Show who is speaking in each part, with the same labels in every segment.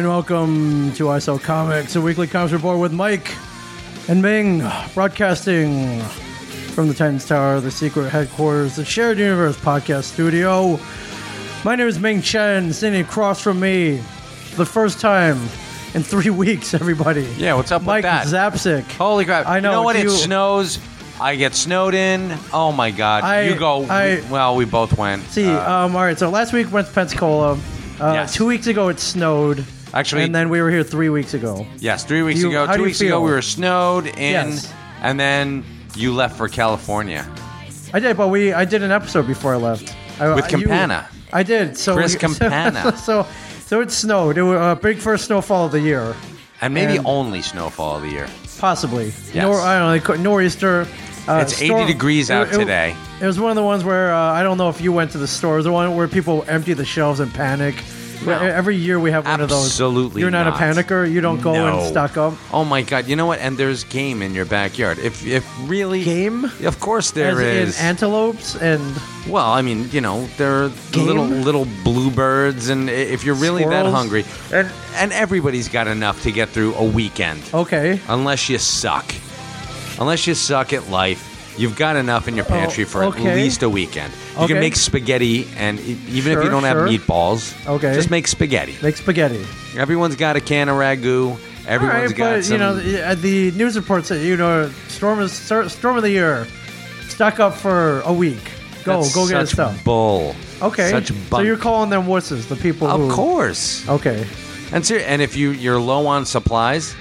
Speaker 1: welcome to ISO Comics, a weekly comics report with Mike and Ming, broadcasting from the Titans Tower, the secret headquarters, the shared universe podcast studio. My name is Ming Chen, sitting across from me for the first time in three weeks, everybody.
Speaker 2: Yeah, what's up
Speaker 1: Mike
Speaker 2: with that? Oh,
Speaker 1: Zapsik.
Speaker 2: Holy crap!
Speaker 1: I
Speaker 2: You
Speaker 1: know,
Speaker 2: know when
Speaker 1: do
Speaker 2: it
Speaker 1: you-
Speaker 2: snows, I get snowed in. Oh my god!
Speaker 1: I-
Speaker 2: you go.
Speaker 1: I-
Speaker 2: well, we both went.
Speaker 1: See,
Speaker 2: Uh,
Speaker 1: um, all right, so last week went to Pensacola. Uh,
Speaker 2: Yes.
Speaker 1: Two weeks ago, it snowed.
Speaker 2: Actually-
Speaker 1: and then we were here three weeks ago.
Speaker 2: yes, three weeks
Speaker 1: you-
Speaker 2: ago,
Speaker 1: how do
Speaker 2: two
Speaker 1: you
Speaker 2: weeks ago,
Speaker 1: feel?
Speaker 2: we were snowed in,
Speaker 1: Yes.
Speaker 2: and then you left for California.
Speaker 1: I did, but we I did an episode before I left I,
Speaker 2: With
Speaker 1: I- you-
Speaker 2: Campana.
Speaker 1: I did. So
Speaker 2: Chris
Speaker 1: so-
Speaker 2: Campana.
Speaker 1: So, so, it snowed. It was a big first snowfall of the year,
Speaker 2: And maybe
Speaker 1: And-
Speaker 2: only snowfall of the year.
Speaker 1: possibly.
Speaker 2: Yes.
Speaker 1: Nor I don't know. they call- Nor'easter. Uh,
Speaker 2: It's 80 degrees out today.
Speaker 1: It was one of the ones where uh, I don't know if you went to the store. The one where people empty the shelves and panic. E-,
Speaker 2: No.
Speaker 1: Every year we have one of those.
Speaker 2: Absolutely
Speaker 1: You're not,
Speaker 2: not.
Speaker 1: a panicker. You don't go
Speaker 2: No.
Speaker 1: and stock up.
Speaker 2: Oh my god! You know what? And there's game in your backyard. If if really
Speaker 1: Game?
Speaker 2: Of course there
Speaker 1: As
Speaker 2: is.
Speaker 1: in antelopes and
Speaker 2: Well, I mean, you know, there are
Speaker 1: Game?
Speaker 2: little little bluebirds, and i- if you're really that
Speaker 1: Squirrels?
Speaker 2: hungry, and and everybody's got enough to get through a weekend,
Speaker 1: okay.
Speaker 2: unless you suck, unless you suck at life, you've got enough in your pantry for
Speaker 1: Oh, okay.
Speaker 2: at least a weekend. You
Speaker 1: Okay.
Speaker 2: can make spaghetti, and e- even if
Speaker 1: Sure,
Speaker 2: you don't
Speaker 1: sure.
Speaker 2: have meatballs,
Speaker 1: Okay.
Speaker 2: just make spaghetti.
Speaker 1: Make spaghetti.
Speaker 2: Everyone's got a can of ragu.
Speaker 1: All
Speaker 2: Everyone's
Speaker 1: right,
Speaker 2: got
Speaker 1: but
Speaker 2: some.
Speaker 1: you know the, uh, the news reports that you know storm is stor- storm of the year, stuck up for a week. Go
Speaker 2: That's
Speaker 1: go get his
Speaker 2: such
Speaker 1: stuff.
Speaker 2: Bull.
Speaker 1: Okay,
Speaker 2: Such
Speaker 1: so
Speaker 2: bunk.
Speaker 1: you're calling them wusses, the people.
Speaker 2: Of
Speaker 1: who,
Speaker 2: course.
Speaker 1: Okay.
Speaker 2: And ser- and if you you're low on supplies,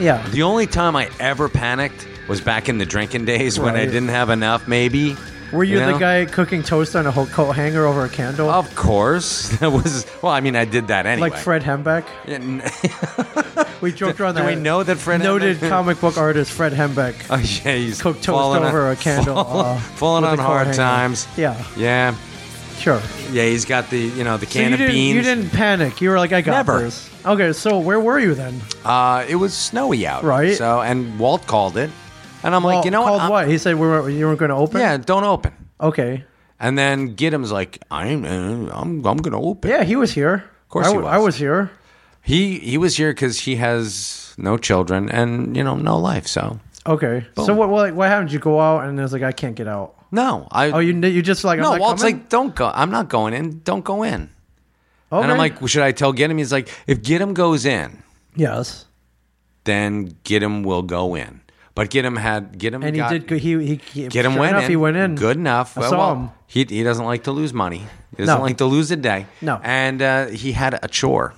Speaker 1: Yeah.
Speaker 2: The only time I ever panicked was back in the drinking days when I
Speaker 1: Right.
Speaker 2: didn't have enough, maybe.
Speaker 1: Were you, the
Speaker 2: know?
Speaker 1: guy cooking toast on a whole coat hanger over a candle,
Speaker 2: Of course. That was, well, I mean, I did that anyway.
Speaker 1: like Fred Hembeck?
Speaker 2: And-
Speaker 1: We joked around
Speaker 2: Do
Speaker 1: that.
Speaker 2: we know that Fred
Speaker 1: noted
Speaker 2: Hembeck-
Speaker 1: comic book artist Fred Hembeck
Speaker 2: oh, yeah, he's
Speaker 1: cooked toast
Speaker 2: falling
Speaker 1: over
Speaker 2: on,
Speaker 1: a candle, uh,
Speaker 2: falling
Speaker 1: with
Speaker 2: on
Speaker 1: a coat
Speaker 2: hard
Speaker 1: hanger.
Speaker 2: times.
Speaker 1: Yeah.
Speaker 2: Yeah.
Speaker 1: Sure.
Speaker 2: Yeah, he's got the, you know, the
Speaker 1: So
Speaker 2: can
Speaker 1: you
Speaker 2: of
Speaker 1: didn't,
Speaker 2: beans.
Speaker 1: you didn't panic. You were like, I got
Speaker 2: Never.
Speaker 1: this. Okay, so where were you then?
Speaker 2: Uh, it was snowy out.
Speaker 1: Right.
Speaker 2: So, and Walt called it. And I'm
Speaker 1: Well,
Speaker 2: like, you know
Speaker 1: called
Speaker 2: I'm-
Speaker 1: what? He said we were, you weren't going to open.
Speaker 2: Yeah, don't open.
Speaker 1: Okay.
Speaker 2: And then Giddim's like, I'm, uh, I'm, I'm going to open.
Speaker 1: Yeah, he was here. Of
Speaker 2: course
Speaker 1: I,
Speaker 2: he
Speaker 1: w-
Speaker 2: was.
Speaker 1: I was here.
Speaker 2: He he was here because he has no children and you know no life. So
Speaker 1: Okay. So
Speaker 2: Boom.
Speaker 1: what? What, what happened? You go out and it's like I can't get out.
Speaker 2: no, I
Speaker 1: Oh, you kn- you just like I'm
Speaker 2: no.
Speaker 1: not
Speaker 2: Walt's
Speaker 1: coming?
Speaker 2: like, don't go. I'm not going in. Don't go in.
Speaker 1: okay.
Speaker 2: And I'm like, well, should I tell Gidim? He's like, if Gidim goes in,
Speaker 1: yes.
Speaker 2: then Gidim will go in. But Gidim had Gidim
Speaker 1: And he
Speaker 2: got,
Speaker 1: did. go- He he. he
Speaker 2: Gidim
Speaker 1: sure
Speaker 2: went
Speaker 1: enough,
Speaker 2: in.
Speaker 1: He went in.
Speaker 2: Good enough.
Speaker 1: I saw him.
Speaker 2: He he doesn't like to lose money. He doesn't
Speaker 1: No.
Speaker 2: like to lose a day.
Speaker 1: No.
Speaker 2: And uh, he had a chore.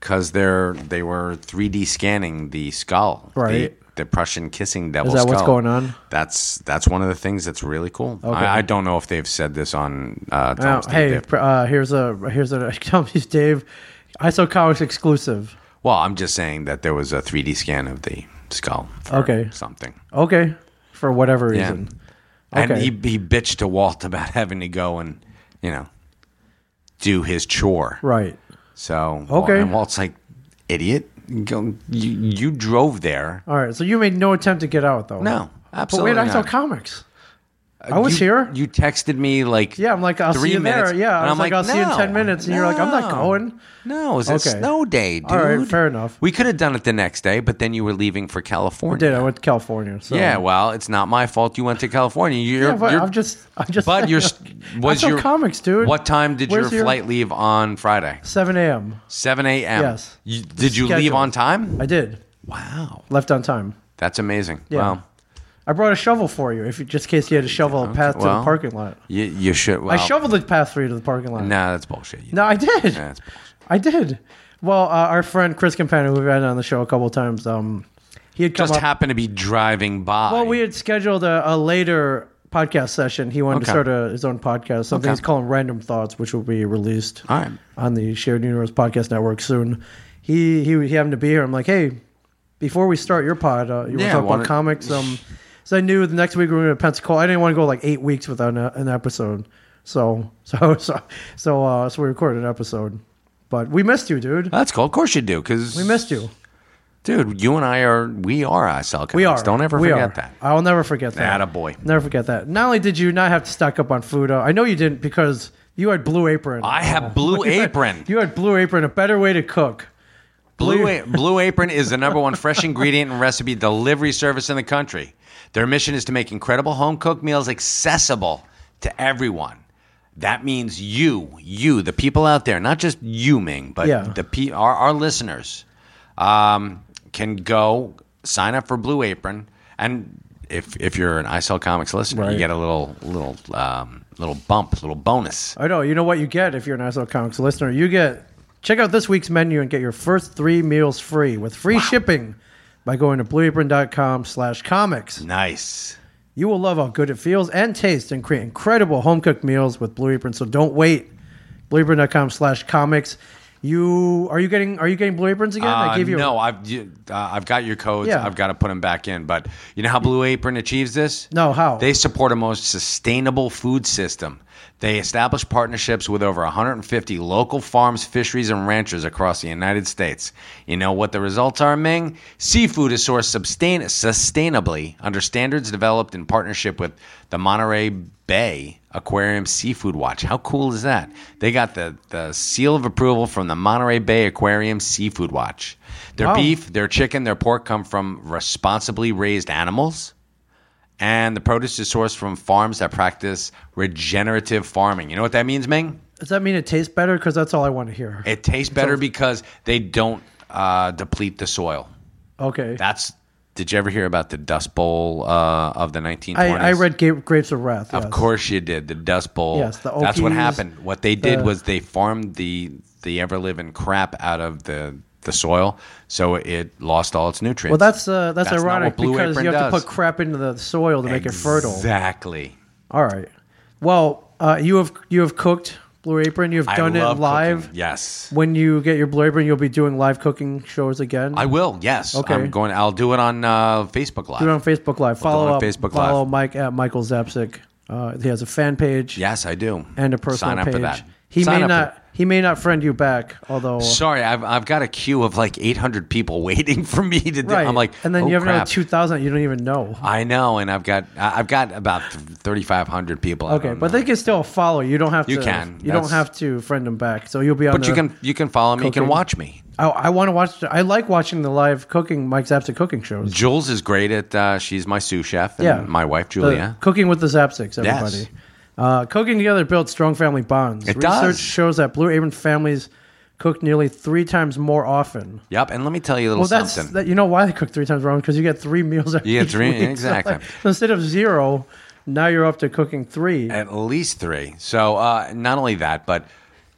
Speaker 2: Because they're they were 3D scanning the skull, the-
Speaker 1: Right.
Speaker 2: The, Prussian kissing devil.
Speaker 1: that what's
Speaker 2: skull.
Speaker 1: going on?
Speaker 2: That's that's one of the things that's really cool. I, I don't know if they've said this on. Uh,
Speaker 1: Now,
Speaker 2: Tom's Deep
Speaker 1: hey,
Speaker 2: Dive.
Speaker 1: pr- uh, here's a here's a Tom's Dave, ISO Comics exclusive.
Speaker 2: well, I'm just saying that there was a 3D scan of the skull. for
Speaker 1: Okay.
Speaker 2: something.
Speaker 1: Okay. For whatever
Speaker 2: Yeah.
Speaker 1: reason.
Speaker 2: And
Speaker 1: Okay.
Speaker 2: he he bitched to Walt about having to go and you know do his chore.
Speaker 1: Right.
Speaker 2: So
Speaker 1: Okay.
Speaker 2: and Walt's like, idiot, go, you you drove there.
Speaker 1: All right. So you made no attempt to get out though.
Speaker 2: No,
Speaker 1: But wait,
Speaker 2: absolutely.
Speaker 1: ISO
Speaker 2: not.
Speaker 1: Comics. I was
Speaker 2: You-
Speaker 1: here.
Speaker 2: You texted me like
Speaker 1: Yeah, I'm like, I'll
Speaker 2: three
Speaker 1: see you
Speaker 2: minutes,
Speaker 1: there. Yeah, I
Speaker 2: and
Speaker 1: was
Speaker 2: I'm
Speaker 1: like,
Speaker 2: like,
Speaker 1: I'll see you in
Speaker 2: no,
Speaker 1: 10 minutes. And you're like, I'm not
Speaker 2: no.
Speaker 1: going.
Speaker 2: No, it's a
Speaker 1: Okay.
Speaker 2: snow day, dude.
Speaker 1: All right, fair enough.
Speaker 2: We could have done it the next day, but then you were leaving for California.
Speaker 1: Did I went to California? So.
Speaker 2: Yeah, well, it's not my fault you went to California. You're,
Speaker 1: Yeah, but
Speaker 2: you're-
Speaker 1: I'm just, I'm just.
Speaker 2: but your was
Speaker 1: ISO
Speaker 2: your
Speaker 1: comics, dude.
Speaker 2: What time did
Speaker 1: Where's
Speaker 2: your flight leave on Friday?
Speaker 1: 7 a.m.
Speaker 2: Seven a.m.
Speaker 1: Yes.
Speaker 2: You, did you
Speaker 1: Scheduled.
Speaker 2: leave on time?
Speaker 1: I did.
Speaker 2: Wow,
Speaker 1: Left on time.
Speaker 2: that's amazing.
Speaker 1: Yeah.
Speaker 2: Wow.
Speaker 1: I brought a shovel for you, if you, just in case you had to shovel a path to
Speaker 2: well,
Speaker 1: the parking lot.
Speaker 2: You, you should. Well,
Speaker 1: I shoveled the path for you to the parking lot.
Speaker 2: Nah, that's bullshit.
Speaker 1: No, I did.
Speaker 2: That's bullshit.
Speaker 1: I did. Well, uh, our friend Chris Campana, who we've had on the show a couple times, um, he had come
Speaker 2: Just
Speaker 1: up.
Speaker 2: happened to be driving by.
Speaker 1: Well, we had scheduled a, a later podcast session. He wanted to
Speaker 2: Okay.
Speaker 1: start a, his own podcast, something
Speaker 2: Okay.
Speaker 1: he's calling Random Thoughts, which will be released
Speaker 2: All right.
Speaker 1: on the Shared Universe Podcast Network soon. He he, he happened to be here. I'm like, hey, before we start your pod, uh, you
Speaker 2: Yeah,
Speaker 1: want to talk
Speaker 2: why
Speaker 1: about
Speaker 2: don't-
Speaker 1: comics? Um, so I knew the next week we were going to Pensacola. I didn't want to go like eight weeks without an, an episode. So so so so uh, so we recorded an episode, but we missed you, dude.
Speaker 2: That's cool. Of course you do, because
Speaker 1: We missed you.
Speaker 2: dude. You and I are. We are ISL.
Speaker 1: We are.
Speaker 2: Don't ever
Speaker 1: We
Speaker 2: forget
Speaker 1: are.
Speaker 2: that.
Speaker 1: I'll never forget that.
Speaker 2: Attaboy.
Speaker 1: Never forget that. Not only did you not have to stock up on food, uh, I know you didn't because You had Blue Apron.
Speaker 2: I have Blue Apron.
Speaker 1: You had Blue Apron, a better way to cook.
Speaker 2: Blue, A- Blue Apron is the number one fresh ingredient and recipe delivery service in the country. Their mission is to make incredible home cooked meals accessible to everyone. That means you, you, the people out there, not just you, Ming, but
Speaker 1: Yeah.
Speaker 2: the pe- our, our listeners um, can go sign up for Blue Apron. And if, if you're an ISL Comics listener,
Speaker 1: Right.
Speaker 2: you get a little little um, little bump, little bonus.
Speaker 1: I know. You know what you get if you're an ISO Comics listener? You get check out this week's menu and get your first three meals free with free shipping by going to blueapron.com slash comics.
Speaker 2: Nice.
Speaker 1: You will love how good it feels and tastes and create incredible home cooked meals with Blue Apron. So don't wait. Blueapron.com slash comics. You are you getting are you getting Blue Aprons again?
Speaker 2: Uh,
Speaker 1: I gave you
Speaker 2: no, I've you, uh, I've got your codes.
Speaker 1: Yeah.
Speaker 2: I've got to put them back in. But you know how Blue Apron achieves this?
Speaker 1: No, how?
Speaker 2: They support a most sustainable food system. They establish partnerships with over 150 local farms, fisheries, and ranchers across the United States. You know what the results are, Ming? Seafood is sourced sustain- sustainably under standards developed in partnership with the Monterey Bay Aquarium Seafood Watch. How cool is that? They got the, the seal of approval from the Monterey Bay Aquarium Seafood Watch. Their
Speaker 1: Wow.
Speaker 2: beef, their chicken, their pork come from responsibly raised animals and the produce is sourced from farms that practice regenerative farming. You know what that means, Ming?
Speaker 1: Does that mean it tastes better? Because that's all I want to hear.
Speaker 2: It tastes better because they don't uh, deplete the soil.
Speaker 1: okay.
Speaker 2: That's. Did you ever hear about the Dust Bowl uh, of the 1920s?
Speaker 1: I, I read Ga- Grapes of Wrath.
Speaker 2: Of course you did. The Dust Bowl.
Speaker 1: Yes, the
Speaker 2: That's what
Speaker 1: Okies,
Speaker 2: happened. What they did
Speaker 1: the-
Speaker 2: was they farmed the the ever living crap out of the the soil, so it lost all its nutrients.
Speaker 1: Well, that's uh, that's,
Speaker 2: That's not
Speaker 1: ironic
Speaker 2: what Blue
Speaker 1: because
Speaker 2: Apron
Speaker 1: you have to
Speaker 2: does.
Speaker 1: put crap into the soil to make it fertile.
Speaker 2: Exactly.
Speaker 1: All right. Well, uh, you have you have cooked Blue Apron. You've
Speaker 2: I
Speaker 1: done it
Speaker 2: love
Speaker 1: live.
Speaker 2: cooking. Yes.
Speaker 1: When you get your Blue Apron, you'll be doing live cooking shows again.
Speaker 2: I will. Yes.
Speaker 1: Okay.
Speaker 2: I'm going. I'll do it on uh, Facebook Live.
Speaker 1: Do it on Facebook Live. Follow
Speaker 2: it on
Speaker 1: up.
Speaker 2: Facebook
Speaker 1: follow
Speaker 2: Live.
Speaker 1: Mike at Michael Zapsik. Uh, he has a fan page
Speaker 2: yes, I do.
Speaker 1: and a personal
Speaker 2: Sign up
Speaker 1: page.
Speaker 2: for that.
Speaker 1: He
Speaker 2: Sign
Speaker 1: may
Speaker 2: up for-
Speaker 1: not. He may not friend you back, although.
Speaker 2: Sorry, I've, I've got a queue of like 800 people waiting for me to do.
Speaker 1: Right.
Speaker 2: I'm like,
Speaker 1: and then
Speaker 2: oh,
Speaker 1: you have another
Speaker 2: crap.
Speaker 1: two thousand you don't even know.
Speaker 2: I know, and I've got I- I've got about th- 3,500 people. I
Speaker 1: Okay,
Speaker 2: don't
Speaker 1: but
Speaker 2: know.
Speaker 1: they can still follow. You don't have
Speaker 2: Oh, You
Speaker 1: to.
Speaker 2: can.
Speaker 1: You don't
Speaker 2: That's-
Speaker 1: have to friend them back. So you'll be on.
Speaker 2: but you
Speaker 1: the-
Speaker 2: can you can follow me. You
Speaker 1: Cooking.
Speaker 2: can watch me.
Speaker 1: I, I want to watch. I like watching the live cooking Mike Zapsik cooking shows.
Speaker 2: Jules is great at. Uh, she's my sous chef. And
Speaker 1: Yeah.
Speaker 2: my wife
Speaker 1: The
Speaker 2: Julia.
Speaker 1: cooking with the Zapsics, everybody.
Speaker 2: Yes.
Speaker 1: Uh, cooking together builds strong family bonds.
Speaker 2: It
Speaker 1: Research
Speaker 2: does.
Speaker 1: shows that Blue Apron families cook nearly three times more often.
Speaker 2: yep. And let me tell you a little
Speaker 1: Well, that's
Speaker 2: something.
Speaker 1: that. You know why they cook three times more often? Because you get three meals. Every
Speaker 2: You get three-
Speaker 1: week. So,
Speaker 2: exactly.
Speaker 1: like, instead of zero, now you're up to cooking three.
Speaker 2: At least three. So uh, not only that, but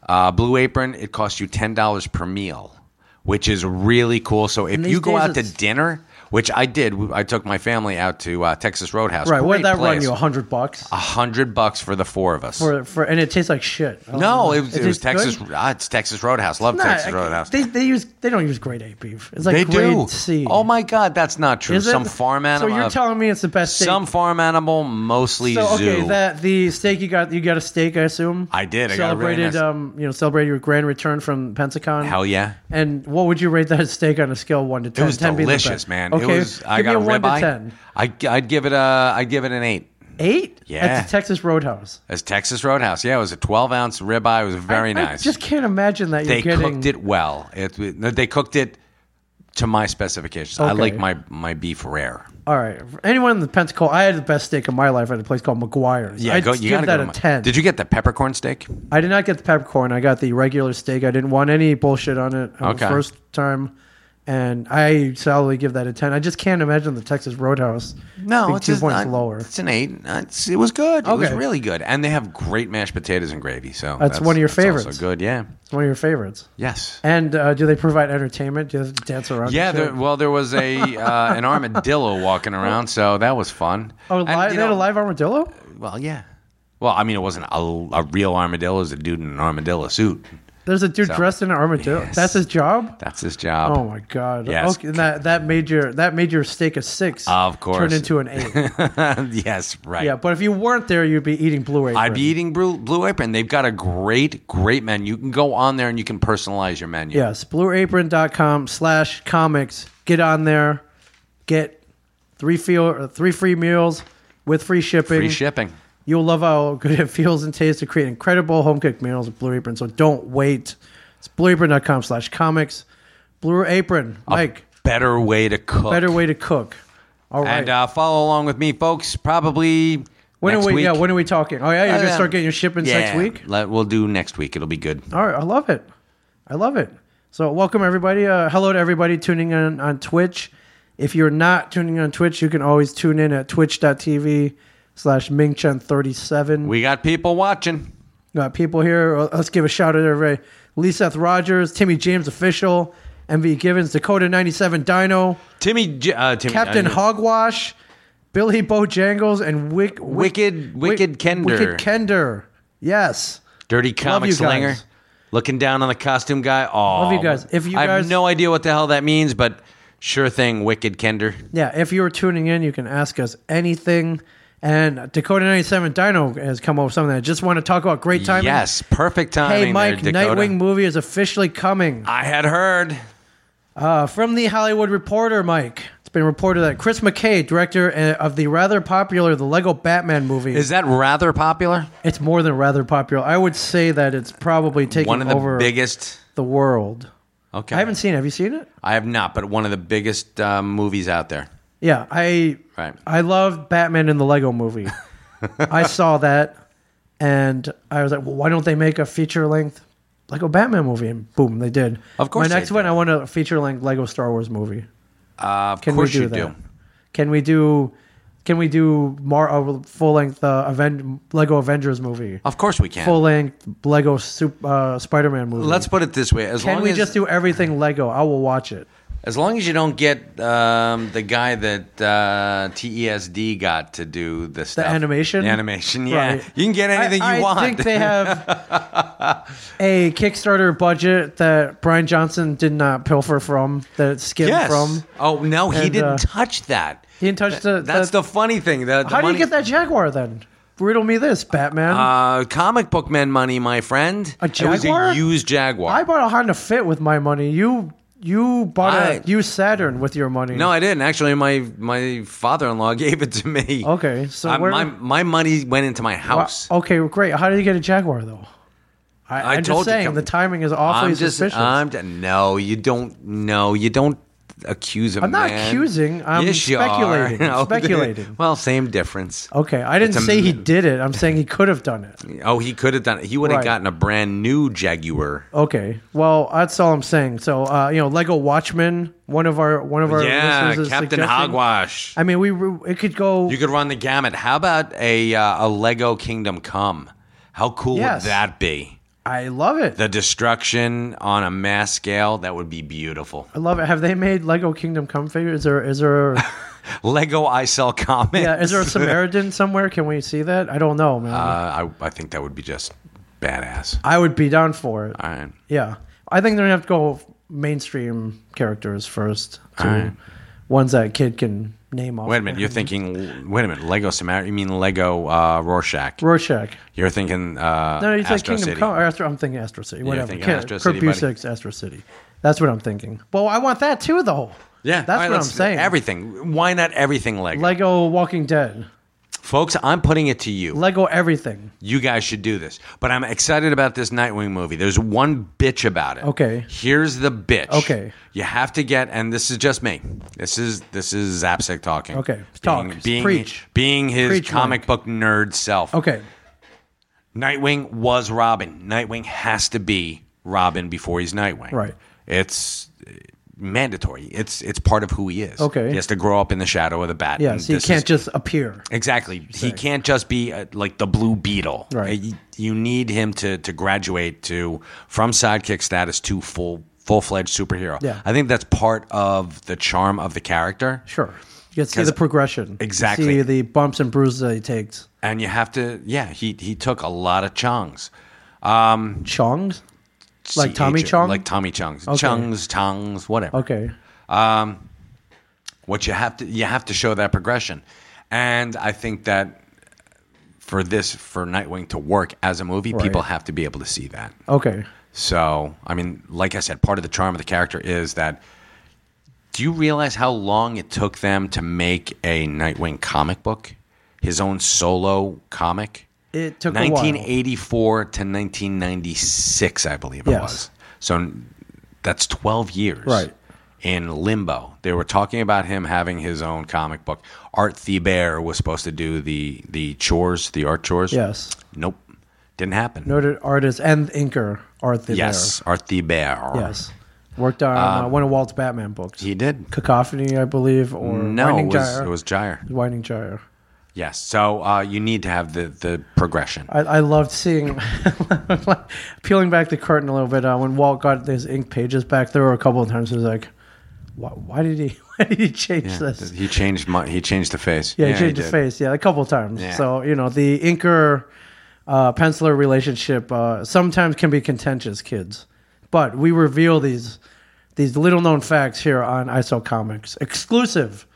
Speaker 2: uh, Blue Apron it costs you ten dollars per meal, which is really cool. So if
Speaker 1: these
Speaker 2: you go
Speaker 1: days
Speaker 2: out to
Speaker 1: it's-
Speaker 2: dinner, which I did, we- I took my family out to uh, Texas Roadhouse.
Speaker 1: right? What
Speaker 2: Great
Speaker 1: did that run
Speaker 2: place.
Speaker 1: you? A hundred bucks.
Speaker 2: A hundred bucks for the four of us.
Speaker 1: For, for, and it tastes like shit. I don't
Speaker 2: no,
Speaker 1: know.
Speaker 2: it was, it was
Speaker 1: tastes good?
Speaker 2: Texas. Ah, it's Texas Roadhouse. Love
Speaker 1: Nah,
Speaker 2: Texas
Speaker 1: I-
Speaker 2: Roadhouse.
Speaker 1: They, they use they don't use grade A beef. It's like
Speaker 2: They
Speaker 1: grade
Speaker 2: do.
Speaker 1: C.
Speaker 2: Oh my God, that's not true.
Speaker 1: Is it?
Speaker 2: Some farm animal. uh,
Speaker 1: So you're telling me it's the best steak?
Speaker 2: some farm animal, mostly
Speaker 1: so okay,
Speaker 2: zoo.
Speaker 1: that the steak you got you got a steak, I assume.
Speaker 2: I did. I got a really
Speaker 1: celebrated,
Speaker 2: nice-
Speaker 1: um, you know, celebrated your grand return from Pensacon.
Speaker 2: Hell yeah.
Speaker 1: And what would you rate that steak on a scale of one to ten?
Speaker 2: It was
Speaker 1: 10 being the
Speaker 2: delicious,
Speaker 1: best.
Speaker 2: man.
Speaker 1: Okay,
Speaker 2: It was. I
Speaker 1: give
Speaker 2: got
Speaker 1: me
Speaker 2: a
Speaker 1: a one
Speaker 2: ribeye.
Speaker 1: to ten.
Speaker 2: I, I'd give it a. I'd give it an eight.
Speaker 1: Eight.
Speaker 2: Yeah.
Speaker 1: That's a Texas Roadhouse.
Speaker 2: As Texas Roadhouse, yeah, it was a 12 ounce ribeye. It was very
Speaker 1: I
Speaker 2: nice.
Speaker 1: just can't imagine that
Speaker 2: they
Speaker 1: you're getting.
Speaker 2: cooked it well. It, they cooked it to my specifications. I
Speaker 1: Okay.
Speaker 2: like my my beef rare.
Speaker 1: All right, For anyone in the Pensacola, I had the best steak of my life at a place called McGuire's.
Speaker 2: Yeah,
Speaker 1: I'd
Speaker 2: go,
Speaker 1: give
Speaker 2: you gotta
Speaker 1: that
Speaker 2: go.
Speaker 1: a
Speaker 2: to my-
Speaker 1: ten.
Speaker 2: Did you get the peppercorn steak?
Speaker 1: I did not get the peppercorn. I got the regular steak. I didn't want any bullshit on it on the
Speaker 2: Okay.
Speaker 1: first time. And I solidly give that a 10. I just can't imagine the Texas Roadhouse being two
Speaker 2: just
Speaker 1: points
Speaker 2: not-
Speaker 1: lower.
Speaker 2: It's an eight. Uh, It's, it was good. It was
Speaker 1: Okay.
Speaker 2: really good, and they have great mashed potatoes and gravy. So
Speaker 1: That's one of your
Speaker 2: also
Speaker 1: favorites.
Speaker 2: good, yeah.
Speaker 1: It's one of your favorites.
Speaker 2: Yes.
Speaker 1: And uh, do they provide entertainment? Do you have to dance around? and
Speaker 2: Yeah,
Speaker 1: shit?
Speaker 2: there, well, there was a uh, an armadillo walking around, so that was fun.
Speaker 1: Oh,
Speaker 2: And,
Speaker 1: li-
Speaker 2: you
Speaker 1: they had a
Speaker 2: know,
Speaker 1: live armadillo?
Speaker 2: Well, yeah. Well, I mean, it wasn't a, a real armadillo. It was a dude in an armadillo suit.
Speaker 1: There's a dude dressed in an armadillo.
Speaker 2: Yes.
Speaker 1: That's his job?
Speaker 2: That's his job.
Speaker 1: Oh my god!
Speaker 2: Yes.
Speaker 1: Okay, and that that made your that made your steak a six.
Speaker 2: Of course.
Speaker 1: turned into an eight.
Speaker 2: yes, right.
Speaker 1: yeah, but if you weren't there, you'd be eating blue apron.
Speaker 2: I'd be eating Blue, Blue Apron. They've got a great, great menu. You can go on there and you can personalize your menu.
Speaker 1: Yes, blueapron.com slash comics. Get on there. Get three feel, uh, three free meals with free shipping.
Speaker 2: Free shipping.
Speaker 1: You'll love how good it feels and tastes to create incredible home cooked meals with Blue Apron. So don't wait. It's blueapron.com slash comics. Blue Apron,
Speaker 2: Oh,
Speaker 1: Mike,
Speaker 2: Better way to cook.
Speaker 1: better way to cook. All right.
Speaker 2: And uh, follow along with me, folks. Probably
Speaker 1: when
Speaker 2: next
Speaker 1: are we?
Speaker 2: week.
Speaker 1: Yeah, when are we talking? Oh yeah, you're gonna
Speaker 2: Uh,
Speaker 1: start getting your shipments
Speaker 2: yeah,
Speaker 1: next week.
Speaker 2: Let, we'll do next week. It'll be good.
Speaker 1: All right, I love it. I love it. So, welcome everybody. Uh, hello to everybody tuning in on Twitch. If you're not tuning in on Twitch, you can always tune in at twitch.tv slash mingchen37. We
Speaker 2: We got people watching.
Speaker 1: got people here. Uh, Let's give a shout out to everybody. Liseth Rogers, Timmy James Official, MV Givens, Dakota97 Dino,
Speaker 2: Timmy, J- uh, Timmy
Speaker 1: Captain
Speaker 2: uh,
Speaker 1: Hogwash, Billy Bojangles, and Wick, Wick,
Speaker 2: Wicked, Wicked Kender,
Speaker 1: Wicked Kender. Yes.
Speaker 2: Dirty Comic
Speaker 1: you
Speaker 2: Slinger,
Speaker 1: guys.
Speaker 2: looking down on the costume guy. Oh,
Speaker 1: Love you guys. If you
Speaker 2: I
Speaker 1: guys-
Speaker 2: have no idea what the hell that means, but sure thing, Wicked Kender.
Speaker 1: Yeah, if you were tuning in, you can ask us anything. And Dakota 97 Dino has come up with something I just want to talk about. Great timing.
Speaker 2: Yes, perfect timing.
Speaker 1: Hey, Mike,
Speaker 2: there, Dakota.
Speaker 1: Nightwing movie is officially coming.
Speaker 2: I had heard.
Speaker 1: Uh, from the Hollywood Reporter, Mike. It's been reported that Chris McKay, director uh, of the rather popular The Lego Batman movie,
Speaker 2: Is that rather popular?
Speaker 1: it's more than rather popular. I would say that it's probably taking
Speaker 2: One of the
Speaker 1: over
Speaker 2: biggest.
Speaker 1: the world.
Speaker 2: Okay,
Speaker 1: I haven't seen it. Have you seen it?
Speaker 2: I have not, but one of the biggest uh, movies out there.
Speaker 1: Yeah, I
Speaker 2: Right.
Speaker 1: I love Batman in the Lego movie. I saw that and I was like, well, why don't they make a feature length Lego Batman movie? And boom, they did.
Speaker 2: Of course
Speaker 1: My next
Speaker 2: they
Speaker 1: one,
Speaker 2: did.
Speaker 1: I want a feature length Lego Star Wars movie.
Speaker 2: Uh, of
Speaker 1: Can
Speaker 2: course
Speaker 1: we do
Speaker 2: you
Speaker 1: that?
Speaker 2: do.
Speaker 1: Can we do can we do more a full length uh, Aven- Lego Avengers movie?
Speaker 2: Of course we can.
Speaker 1: Full length Lego Sup- uh, Spider Man movie.
Speaker 2: Let's put it this way: as
Speaker 1: can
Speaker 2: long
Speaker 1: we
Speaker 2: as
Speaker 1: just do everything Lego? I will watch it.
Speaker 2: as long as you don't get um, the guy that uh, TESD got to do the stuff,
Speaker 1: animation?
Speaker 2: the animation, yeah,
Speaker 1: Right.
Speaker 2: you can get anything
Speaker 1: I,
Speaker 2: you want.
Speaker 1: I think they have a Kickstarter budget that Brian Johnson did not pilfer from, that skimmed
Speaker 2: yes.
Speaker 1: from.
Speaker 2: Oh no, he
Speaker 1: And,
Speaker 2: didn't
Speaker 1: uh,
Speaker 2: touch that.
Speaker 1: He didn't touch the.
Speaker 2: That's
Speaker 1: the,
Speaker 2: the funny thing. The, the
Speaker 1: How do you
Speaker 2: money-
Speaker 1: get that Jaguar then? Riddle me this, Batman.
Speaker 2: Uh, comic book man money, my friend.
Speaker 1: A
Speaker 2: It
Speaker 1: Jaguar?
Speaker 2: was a used Jaguar.
Speaker 1: I bought a Honda Fit with my money. You you bought a
Speaker 2: I-
Speaker 1: you Saturn with your money.
Speaker 2: no, I didn't. Actually, my my father in law gave it to me.
Speaker 1: Okay, so
Speaker 2: Uh,
Speaker 1: where-
Speaker 2: my my money went into my
Speaker 1: Wha-
Speaker 2: house.
Speaker 1: okay, well, great. How did you get a Jaguar though? I,
Speaker 2: I
Speaker 1: am
Speaker 2: told you,
Speaker 1: just saying
Speaker 2: come-
Speaker 1: the timing is awfully
Speaker 2: I'm just,
Speaker 1: suspicious.
Speaker 2: I'm d- no, you don't, no, you don't accuse him.
Speaker 1: I'm not accusing, I'm speculating, I'm speculating.
Speaker 2: Oh, well, same difference.
Speaker 1: okay, I didn't
Speaker 2: It's a
Speaker 1: say he
Speaker 2: myth.
Speaker 1: did it. I'm saying he could have done it.
Speaker 2: Oh, he could have done it. He would have
Speaker 1: Right.
Speaker 2: gotten a brand new Jaguar.
Speaker 1: Okay. Well, that's all I'm saying. So, uh, you know, Lego Watchmen, one of our one of our
Speaker 2: yeah,
Speaker 1: listeners is
Speaker 2: Captain
Speaker 1: suggesting-
Speaker 2: Hogwash.
Speaker 1: I mean, we we- it could go.
Speaker 2: You could run the gamut. How about a uh, a Lego Kingdom Come? How cool
Speaker 1: Yes.
Speaker 2: would that be?
Speaker 1: I love it.
Speaker 2: The destruction on a mass scale that would be beautiful.
Speaker 1: I love it. Have they made Lego Kingdom Come figures? Is there is there
Speaker 2: Lego I sell comics.
Speaker 1: yeah, is there a Samaritan somewhere? Can we see that? I don't know, man.
Speaker 2: Uh, I I think that would be just badass.
Speaker 1: I would be down for it.
Speaker 2: All right.
Speaker 1: Yeah, I think they're gonna have to go mainstream characters first to
Speaker 2: All right.
Speaker 1: ones that kid can name off.
Speaker 2: Wait a minute, you're thinking. Wait a minute, Lego Samaritan. You mean Lego uh, Rorschach?
Speaker 1: Rorschach.
Speaker 2: You're thinking. Uh,
Speaker 1: No, you said
Speaker 2: Astro
Speaker 1: Kingdom
Speaker 2: City.
Speaker 1: Come. Or Astro, I'm thinking Astro City. Whatever.
Speaker 2: thinking
Speaker 1: Kid-
Speaker 2: Astro
Speaker 1: Kurt
Speaker 2: City, buddy.
Speaker 1: Busiek's Astro City. That's what I'm thinking. Well, I want that too, though.
Speaker 2: Yeah,
Speaker 1: that's
Speaker 2: all right,
Speaker 1: what I'm
Speaker 2: let's-
Speaker 1: saying.
Speaker 2: Everything. Why not everything Lego?
Speaker 1: Lego Walking Dead,
Speaker 2: Folks, I'm putting it to you.
Speaker 1: Lego everything.
Speaker 2: You guys should do this. But I'm excited about this Nightwing movie. There's one bitch about it.
Speaker 1: Okay.
Speaker 2: Here's the bitch.
Speaker 1: Okay.
Speaker 2: You have to get, and this is just me. This is this is Zapsik talking.
Speaker 1: Okay, talk.
Speaker 2: Being,
Speaker 1: Preach.
Speaker 2: Being his
Speaker 1: Preach,
Speaker 2: comic
Speaker 1: Mike.
Speaker 2: book nerd self.
Speaker 1: Okay,
Speaker 2: Nightwing was Robin. Nightwing has to be Robin before he's Nightwing.
Speaker 1: Right.
Speaker 2: It's uh, mandatory. It's it's part of who he is.
Speaker 1: Okay.
Speaker 2: He has to grow up in the shadow of the bat.
Speaker 1: yeah.
Speaker 2: and
Speaker 1: So you
Speaker 2: Mm, this
Speaker 1: can't
Speaker 2: is-
Speaker 1: just appear.
Speaker 2: exactly. He can't just be uh, like the Blue Beetle.
Speaker 1: Right.
Speaker 2: Uh, You, you need him to to graduate to from sidekick status to full full fledged superhero.
Speaker 1: Yeah.
Speaker 2: I think that's part of the charm of the character.
Speaker 1: Sure, you can see
Speaker 2: 'Cause-
Speaker 1: the progression.
Speaker 2: Exactly.
Speaker 1: See the bumps and bruises that he takes.
Speaker 2: And you have to. Yeah. He he took a lot of chongs.
Speaker 1: Chongs. Like
Speaker 2: CH,
Speaker 1: Tommy Chong?
Speaker 2: Like Tommy Chongs. Chongs, tongs, whatever.
Speaker 1: Okay.
Speaker 2: what you have to you have to show that progression and i think that for this for nightwing to work as a movie people have to be able to see that
Speaker 1: Okay.
Speaker 2: so i mean like i said part of the charm of the character is that do you realize how long it took them to make a nightwing comic book his own solo comic.
Speaker 1: It took a while.
Speaker 2: 1984 to 1996, I believe
Speaker 1: Yes.
Speaker 2: it was. So n- that's 12 years.
Speaker 1: Right.
Speaker 2: In limbo, they were talking about him having his own comic book. Art Thieber was supposed to do the the chores, the art chores.
Speaker 1: Yes.
Speaker 2: Nope, didn't happen.
Speaker 1: Noted artist and inker Arthur.
Speaker 2: yes, Um, Art Thieber.
Speaker 1: Bear. Yes. Worked on uh, one of Walt's Batman books.
Speaker 2: he did.
Speaker 1: Cacophony, I believe, or
Speaker 2: No, it
Speaker 1: Winding
Speaker 2: was,
Speaker 1: Gyre.
Speaker 2: it was Gyre.
Speaker 1: Winding Gyre.
Speaker 2: Yes. So uh, you need to have the the progression.
Speaker 1: I, I loved seeing peeling back the curtain a little bit. Uh, when Walt got his ink pages back, there were a couple of times he was like, "Why, why did he? Why did he change this?"
Speaker 2: He changed my, he changed the face.
Speaker 1: Yeah, he changed
Speaker 2: the
Speaker 1: his face. Yeah, a couple of times.
Speaker 2: Yeah.
Speaker 1: So you know, the inker uh, penciler relationship uh, sometimes can be contentious, kids. But we reveal these these little known facts here on ISO Comics, exclusive.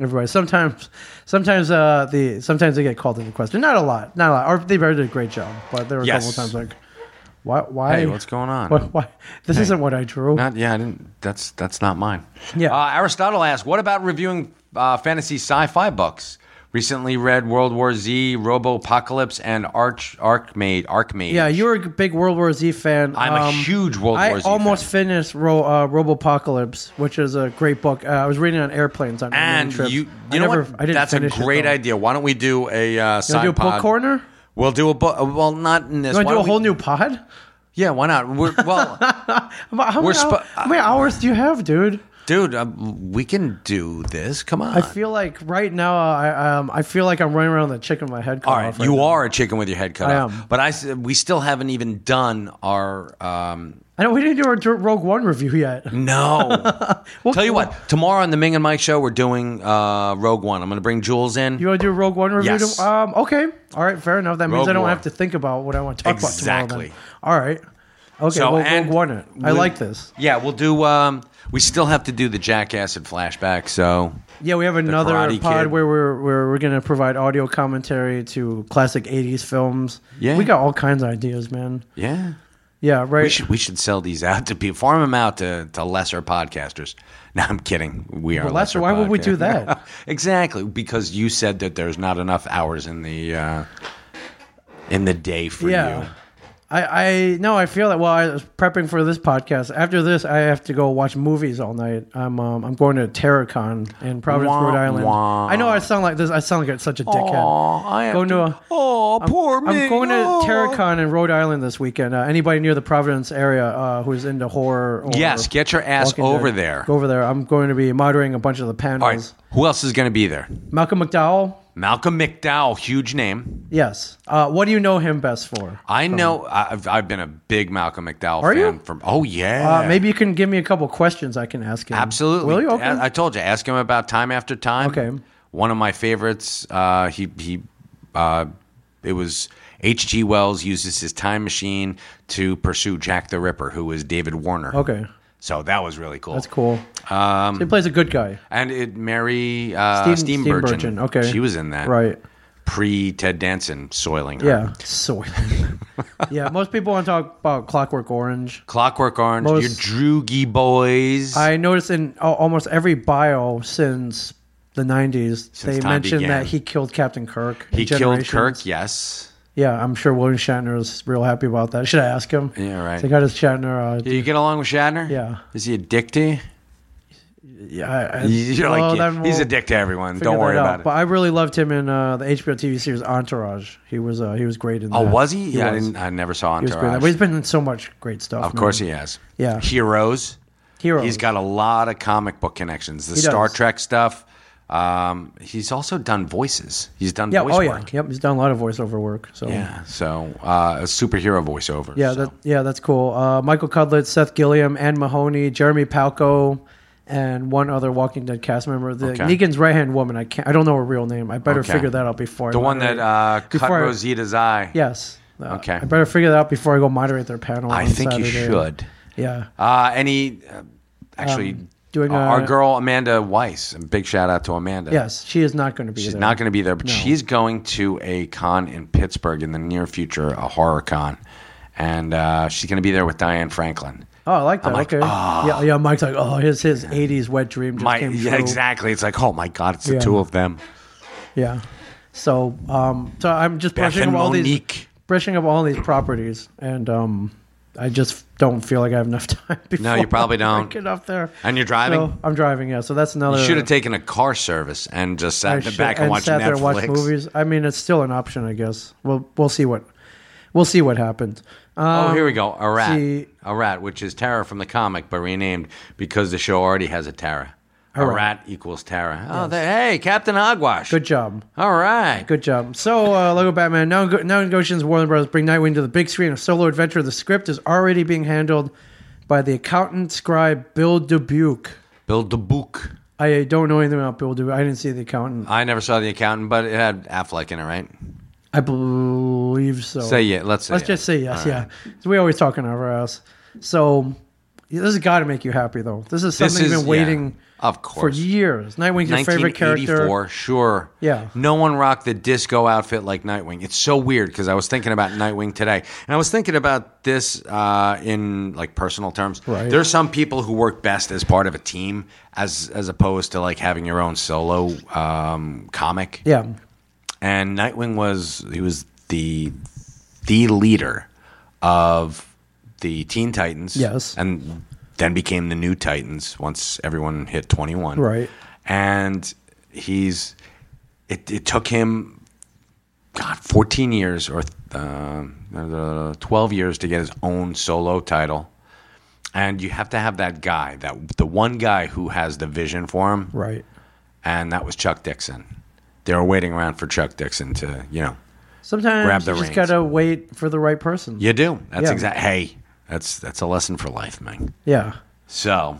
Speaker 1: Everybody. Sometimes, sometimes uh, the sometimes they get called into question. Not a lot. Not a lot. Or they did a great job, but there were
Speaker 2: Yes.
Speaker 1: a couple of times like, why? Why?
Speaker 2: Hey, what's going on?
Speaker 1: Why? why this isn't what I drew.
Speaker 2: Not yeah, I didn't. That's that's not mine.
Speaker 1: Yeah.
Speaker 2: Uh, Aristotle asked, "What about reviewing uh, fantasy sci-fi books? Recently read World War Z, Robopocalypse, and Arch Archmaid Archmaid.
Speaker 1: Yeah, you were a big World War Z fan.
Speaker 2: I'm a
Speaker 1: Um,
Speaker 2: huge World
Speaker 1: I
Speaker 2: War Z.
Speaker 1: almost
Speaker 2: fan.
Speaker 1: finished Ro- uh, Robopocalypse, which is a great book. Uh, I was reading it on airplanes on
Speaker 2: And
Speaker 1: Indian trips.
Speaker 2: you, you
Speaker 1: I
Speaker 2: know
Speaker 1: never,
Speaker 2: what?
Speaker 1: I didn't
Speaker 2: That's a
Speaker 1: finish it,
Speaker 2: great
Speaker 1: though.
Speaker 2: idea. Why don't we do a uh,
Speaker 1: You wanna
Speaker 2: side
Speaker 1: do a book
Speaker 2: pod?
Speaker 1: corner?
Speaker 2: We'll do a book. Well, not in this.
Speaker 1: You want
Speaker 2: Why
Speaker 1: to do a
Speaker 2: don't we-
Speaker 1: whole new pod?
Speaker 2: Yeah, why not? We're, well,
Speaker 1: How, how
Speaker 2: We're
Speaker 1: many, hou-
Speaker 2: spo-
Speaker 1: how many hours do you have, dude?
Speaker 2: dude, um, we can do this. Come on.
Speaker 1: I feel like right now, uh, I um, I feel like I'm running around with a chicken with my head cut
Speaker 2: All right,
Speaker 1: off.
Speaker 2: you
Speaker 1: now.
Speaker 2: are a chicken with your head cut
Speaker 1: I
Speaker 2: off.
Speaker 1: am.
Speaker 2: But I, s- we still haven't even done our. Um,
Speaker 1: I know we didn't do our Dirt Rogue One review yet.
Speaker 2: no.
Speaker 1: We'll-
Speaker 2: Tell you what, tomorrow on the Ming and Mike show, we're doing uh, Rogue One. I'm going to bring Jules in.
Speaker 1: You want to do a Rogue One review?
Speaker 2: Yes.
Speaker 1: to- um, okay. All right. Fair enough. That means
Speaker 2: Rogue
Speaker 1: I don't
Speaker 2: One.
Speaker 1: have to think about what I want to talk about tomorrow.
Speaker 2: Exactly.
Speaker 1: Then. All right. Okay.
Speaker 2: So,
Speaker 1: well,
Speaker 2: and
Speaker 1: Rogue One. It. I
Speaker 2: we-
Speaker 1: like this.
Speaker 2: yeah, we'll do. Um, we still have to do the Jack Acid flashback. So
Speaker 1: Yeah, we have another
Speaker 2: Karate
Speaker 1: pod
Speaker 2: Kid.
Speaker 1: where we're where we're gonna provide audio commentary to classic '80s films.
Speaker 2: Yeah.
Speaker 1: we got all kinds of ideas, man.
Speaker 2: yeah,
Speaker 1: Yeah,
Speaker 2: we
Speaker 1: right.
Speaker 2: should we should sell these out to people, farm them out to, to lesser podcasters. No, I'm kidding. We are
Speaker 1: lesser, why would we do
Speaker 2: podcast-
Speaker 1: that?
Speaker 2: exactly because you said that there's not enough hours in the uh, in the day for
Speaker 1: yeah,
Speaker 2: you.
Speaker 1: I I no, I feel that. Well, I was prepping for this podcast. After this, I have to go watch movies all night. I'm um, I'm going to Terracon in Providence,
Speaker 2: Wah,
Speaker 1: Rhode Island.
Speaker 2: wah.
Speaker 1: I know I sound like this. I sound like such a dickhead.
Speaker 2: Aw, I have
Speaker 1: Going to a-
Speaker 2: oh, poor me.
Speaker 1: I'm going to
Speaker 2: oh.
Speaker 1: Terracon in Rhode Island this weekend. Uh, anybody near the Providence area uh, who's into horror? Or
Speaker 2: Yes, get your ass
Speaker 1: Walking
Speaker 2: over
Speaker 1: Dead.
Speaker 2: there.
Speaker 1: Go over there. I'm going to be moderating a bunch of the panels.
Speaker 2: All right, who else is going to be there?
Speaker 1: Malcolm McDowell.
Speaker 2: Malcolm McDowell, huge name.
Speaker 1: Yes. Uh, what do you know him best for?
Speaker 2: I know. I've, I've been a big Malcolm McDowell
Speaker 1: Are
Speaker 2: fan.
Speaker 1: you?
Speaker 2: From oh yeah,
Speaker 1: Uh, maybe you can give me a couple questions I can ask him.
Speaker 2: absolutely.
Speaker 1: Will you? Okay.
Speaker 2: I, I told you, ask him about time after time.
Speaker 1: Okay.
Speaker 2: One of my favorites. Uh, he he. Uh, it was H.G. Wells uses his time machine to pursue Jack the Ripper, who is David Warner.
Speaker 1: okay.
Speaker 2: So that was really cool.
Speaker 1: That's cool. Um, he plays a good guy.
Speaker 2: And it Mary uh,
Speaker 1: Steam-
Speaker 2: Steenburgen.
Speaker 1: Steenburgen, okay.
Speaker 2: she was in that
Speaker 1: Right.
Speaker 2: pre Ted Danson soiling her.
Speaker 1: Yeah. So. yeah. Most people want to talk about Clockwork Orange.
Speaker 2: Clockwork Orange,
Speaker 1: Most-
Speaker 2: your droogie boys.
Speaker 1: I noticed in al- almost every bio since the 90s, they
Speaker 2: time
Speaker 1: mentioned
Speaker 2: began.
Speaker 1: that he killed Captain Kirk. in
Speaker 2: he killed
Speaker 1: Generations.
Speaker 2: Kirk. Yes.
Speaker 1: Yeah, I'm sure William Shatner is real happy about that. Should I ask him?
Speaker 2: Yeah, right.
Speaker 1: So I got his Shatner. Uh,
Speaker 2: Do you get along with Shatner?
Speaker 1: Yeah.
Speaker 2: Is he a dick to you?
Speaker 1: yeah, I- I-
Speaker 2: You're like,
Speaker 1: well,
Speaker 2: yeah,
Speaker 1: then
Speaker 2: he's a
Speaker 1: we'll-
Speaker 2: dick to everyone.
Speaker 1: figure
Speaker 2: Don't worry
Speaker 1: that out.
Speaker 2: about it.
Speaker 1: But I really loved him in uh, the HBO TV series Entourage. He was uh, he was great in.
Speaker 2: oh,
Speaker 1: that.
Speaker 2: was he? yeah,
Speaker 1: was.
Speaker 2: I, didn't, I never saw
Speaker 1: He was great.
Speaker 2: Entourage.
Speaker 1: But he's been in so much great stuff.
Speaker 2: of course he has.
Speaker 1: Yeah.
Speaker 2: Heroes.
Speaker 1: Heroes.
Speaker 2: He's got a lot of comic book connections. The
Speaker 1: He
Speaker 2: Star
Speaker 1: does.
Speaker 2: Trek stuff. Um, he's also done voices. He's done
Speaker 1: Yeah.
Speaker 2: voice
Speaker 1: oh
Speaker 2: work.
Speaker 1: yeah. Yep. He's done a lot of voiceover work. So.
Speaker 2: Yeah, so uh, a superhero voiceover.
Speaker 1: Yeah,
Speaker 2: so.
Speaker 1: that, yeah, that's cool. Uh, Michael Cudlitz, Seth Gilliam, Anne Mahoney, Jeremy Palco, and one other Walking Dead cast member. The
Speaker 2: Okay.
Speaker 1: Negan's right hand woman. I can't. I don't know her real name. I better
Speaker 2: Okay.
Speaker 1: figure that out before. I
Speaker 2: the one that
Speaker 1: moderate-
Speaker 2: uh, cut
Speaker 1: before I-
Speaker 2: Rosita's eye.
Speaker 1: Yes. Uh,
Speaker 2: Okay.
Speaker 1: I better figure that out before I go moderate their panel.
Speaker 2: I
Speaker 1: on
Speaker 2: think you
Speaker 1: Saturday.
Speaker 2: should.
Speaker 1: Yeah.
Speaker 2: Uh, any, uh, actually,
Speaker 1: doing,
Speaker 2: uh, our
Speaker 1: uh,
Speaker 2: girl Amanda Weiss. A Big shout out to Amanda.
Speaker 1: Yes, she is not going to be
Speaker 2: she's
Speaker 1: there.
Speaker 2: not going to be there, but
Speaker 1: No.
Speaker 2: she's going to a con in Pittsburgh in the near future, a horror con, and uh, she's going to be there with Diane Franklin.
Speaker 1: Oh, I like that.
Speaker 2: like, "Ah."
Speaker 1: okay. Yeah, yeah. Mike's like, oh, his his '80s wet dream just
Speaker 2: My,
Speaker 1: came true.
Speaker 2: yeah, exactly. It's like, oh my God, it's the
Speaker 1: Yeah.
Speaker 2: two of them.
Speaker 1: Yeah. So, um, so I'm just brushing
Speaker 2: Beth
Speaker 1: up
Speaker 2: and
Speaker 1: all these,
Speaker 2: Monique.
Speaker 1: brushing up all these properties, and um, I just don't feel like I have enough time. Before
Speaker 2: you probably
Speaker 1: I
Speaker 2: don't.
Speaker 1: get up there.
Speaker 2: And you're driving?
Speaker 1: So I'm driving. Yeah. So that's another.
Speaker 2: You should have taken a car service and just sat
Speaker 1: I
Speaker 2: in the
Speaker 1: should-
Speaker 2: back and, watched
Speaker 1: sat there Uh, and
Speaker 2: Netflix.
Speaker 1: watched movies. I mean, it's still an option, I guess. We'll we'll see what we'll see what happens.
Speaker 2: Oh,
Speaker 1: Um,
Speaker 2: here we go. A rat.
Speaker 1: see-
Speaker 2: A rat, which is Tara from the comic, but renamed because the show already has a Tara. A
Speaker 1: right.
Speaker 2: rat equals Tara. Oh, there, hey, Captain Hogwash.
Speaker 1: Good job.
Speaker 2: All right.
Speaker 1: Good job. So, uh, Lego Batman, now, now in Goshen's Warner Bros. bring Nightwing to the big screen, a solo adventure. The script is already being handled by the accountant scribe Bill Dubuque.
Speaker 2: Build the book.
Speaker 1: I don't know anything about Bill Dubuque. I didn't see the accountant.
Speaker 2: I never saw the accountant, but it had Affleck in it, right?
Speaker 1: I believe so.
Speaker 2: Say yeah. Let's say
Speaker 1: Let's
Speaker 2: it.
Speaker 1: just say yes, yeah. So we always talking over us. So, yeah, this has got to make you happy, though. This is something you've been
Speaker 2: yeah,
Speaker 1: waiting
Speaker 2: of
Speaker 1: for
Speaker 2: course.
Speaker 1: years. Nightwing's your favorite character.
Speaker 2: 1984, sure.
Speaker 1: Yeah.
Speaker 2: No one rocked the disco outfit like Nightwing. It's so weird because I was thinking about Nightwing today, and I was thinking about this uh, in like personal terms.
Speaker 1: Right.
Speaker 2: There are some people who work best as part of a team, as as opposed to like having your own solo um, comic.
Speaker 1: Yeah.
Speaker 2: And Nightwing was he was the the leader of the Teen Titans.
Speaker 1: Yes.
Speaker 2: And then became the new Titans once everyone hit 21.
Speaker 1: Right.
Speaker 2: And he's it, it took him god 14 years or uh, 12 years to get his own solo title. And you have to have that guy, that the one guy who has the vision for him
Speaker 1: Right.
Speaker 2: and that was Chuck Dixon. They were waiting around for Chuck Dixon to, you know,
Speaker 1: Sometimes
Speaker 2: Grab the
Speaker 1: you just
Speaker 2: reins.
Speaker 1: got to wait for the right person.
Speaker 2: you do. That's
Speaker 1: Yeah.
Speaker 2: exact. Hey, that's that's a lesson for life, man.
Speaker 1: yeah.
Speaker 2: So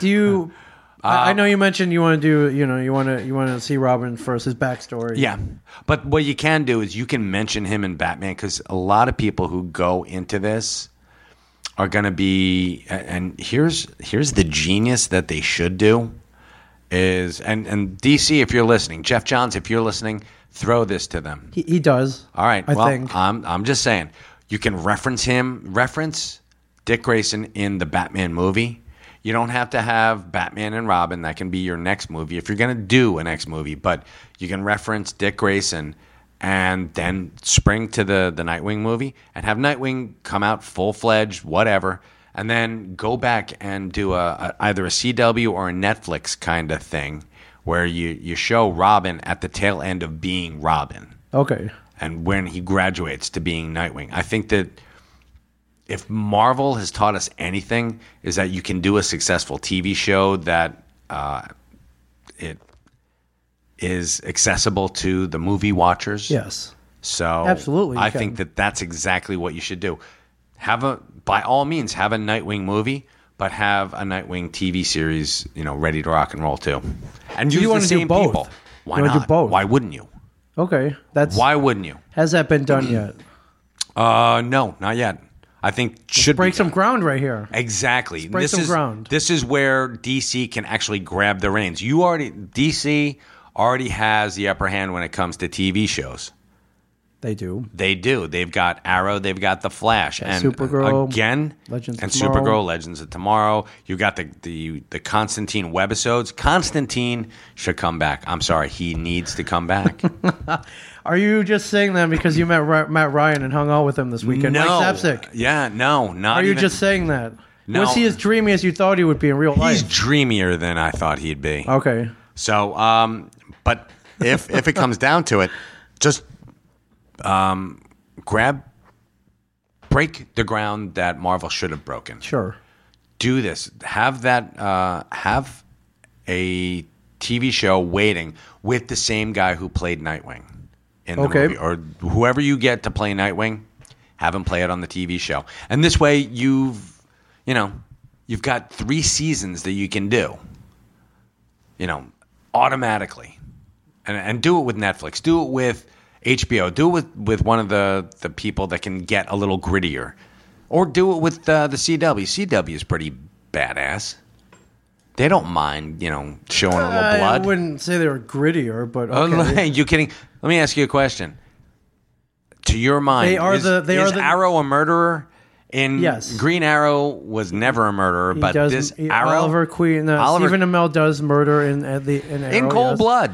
Speaker 1: Do you?
Speaker 2: Uh,
Speaker 1: I, I know you mentioned you want to do. You know, you want to you want to see Robin first, his backstory.
Speaker 2: yeah, but what you can do is you can mention him in Batman because a lot of people who go into this are going to be. a- And here's here's the genius that they should do is and and DC if you're listening, Jeff Johns if you're listening, throw this to them.
Speaker 1: he, he does.
Speaker 2: All right.
Speaker 1: I
Speaker 2: well, uh,
Speaker 1: think.
Speaker 2: I'm I'm just saying you can reference him, reference Dick Grayson in the Batman movie. You don't have to have Batman and Robin. That can be your next movie if you're going to do a next movie. But you can reference Dick Grayson and then spring to the the Nightwing movie and have Nightwing come out full fledged, whatever, and then go back and do a, a either a CW or a Netflix kind of thing where you you show Robin at the tail end of being Robin
Speaker 1: okay.
Speaker 2: and when he graduates to being Nightwing. I think that if Marvel has taught us anything, is that you can do a successful TV show that uh, it is accessible to the movie watchers.
Speaker 1: Yes.
Speaker 2: So
Speaker 1: Absolutely, you
Speaker 2: I
Speaker 1: can.
Speaker 2: think that that's exactly what you should do. Have a by all means have a Nightwing movie, but have a Nightwing TV series. You know, ready to rock and roll too. And
Speaker 1: you
Speaker 2: use
Speaker 1: wanna
Speaker 2: the
Speaker 1: do
Speaker 2: same
Speaker 1: both?
Speaker 2: people. Why
Speaker 1: You wanna do
Speaker 2: not?
Speaker 1: both?
Speaker 2: Why wouldn't you?
Speaker 1: Okay. That's
Speaker 2: Why wouldn't you?
Speaker 1: has that been done
Speaker 2: Mm-hmm.
Speaker 1: yet?
Speaker 2: Uh, no, not yet. I think should
Speaker 1: Break
Speaker 2: be
Speaker 1: some
Speaker 2: done.
Speaker 1: ground right here.
Speaker 2: exactly.
Speaker 1: break
Speaker 2: this
Speaker 1: some
Speaker 2: is
Speaker 1: ground.
Speaker 2: this is where DC can actually grab the reins. You already DC already has the upper hand when it comes to TV shows.
Speaker 1: They do.
Speaker 2: They do. They've got Arrow. They've got the Flash. And
Speaker 1: Supergirl,
Speaker 2: again,
Speaker 1: Legends of
Speaker 2: and
Speaker 1: Tomorrow.
Speaker 2: Supergirl, Legends of Tomorrow. You got the the the Constantine webisodes. Constantine should come back. I'm sorry, he needs to come back.
Speaker 1: Are you just saying that because you met Ry- Matt Ryan and hung out with him this weekend?
Speaker 2: no,
Speaker 1: Mike Zapsik.
Speaker 2: yeah, no, not.
Speaker 1: Are you
Speaker 2: even-
Speaker 1: just saying that?
Speaker 2: No.
Speaker 1: Was he as dreamy as you thought he would be in real
Speaker 2: He's
Speaker 1: life?
Speaker 2: dreamier than I thought he'd be.
Speaker 1: Okay.
Speaker 2: So, um, but if if it comes down to it, just um, grab, break the ground that Marvel should have broken.
Speaker 1: Sure.
Speaker 2: Do this. Have that. Uh, have a TV show waiting with the same guy who played Nightwing in the
Speaker 1: Okay.
Speaker 2: movie, or whoever you get to play Nightwing. Have him play it on the TV show, and this way you've, you know, you've got three seasons that you can do you know, automatically. And, and do it with Netflix. Do it with HBO. Do it with, with one of the, the people that can get a little grittier. Or do it with uh, the CW. CW is pretty badass. They don't mind, you know, showing a little
Speaker 1: I
Speaker 2: blood.
Speaker 1: wouldn't say they were grittier, but Uh, okay.
Speaker 2: Okay. you kidding? Let me ask you a question. To your mind,
Speaker 1: They are
Speaker 2: is,
Speaker 1: the- they
Speaker 2: is
Speaker 1: are the-
Speaker 2: Arrow a murderer? And
Speaker 1: Yes.
Speaker 2: Green Arrow was never a murderer,
Speaker 1: He
Speaker 2: but
Speaker 1: does-
Speaker 2: this
Speaker 1: he-
Speaker 2: Arrow
Speaker 1: Oliver Queen, uh,
Speaker 2: Oliver-
Speaker 1: Stephen Amell does murder in at the in, Arrow,
Speaker 2: in cold
Speaker 1: yes.
Speaker 2: blood.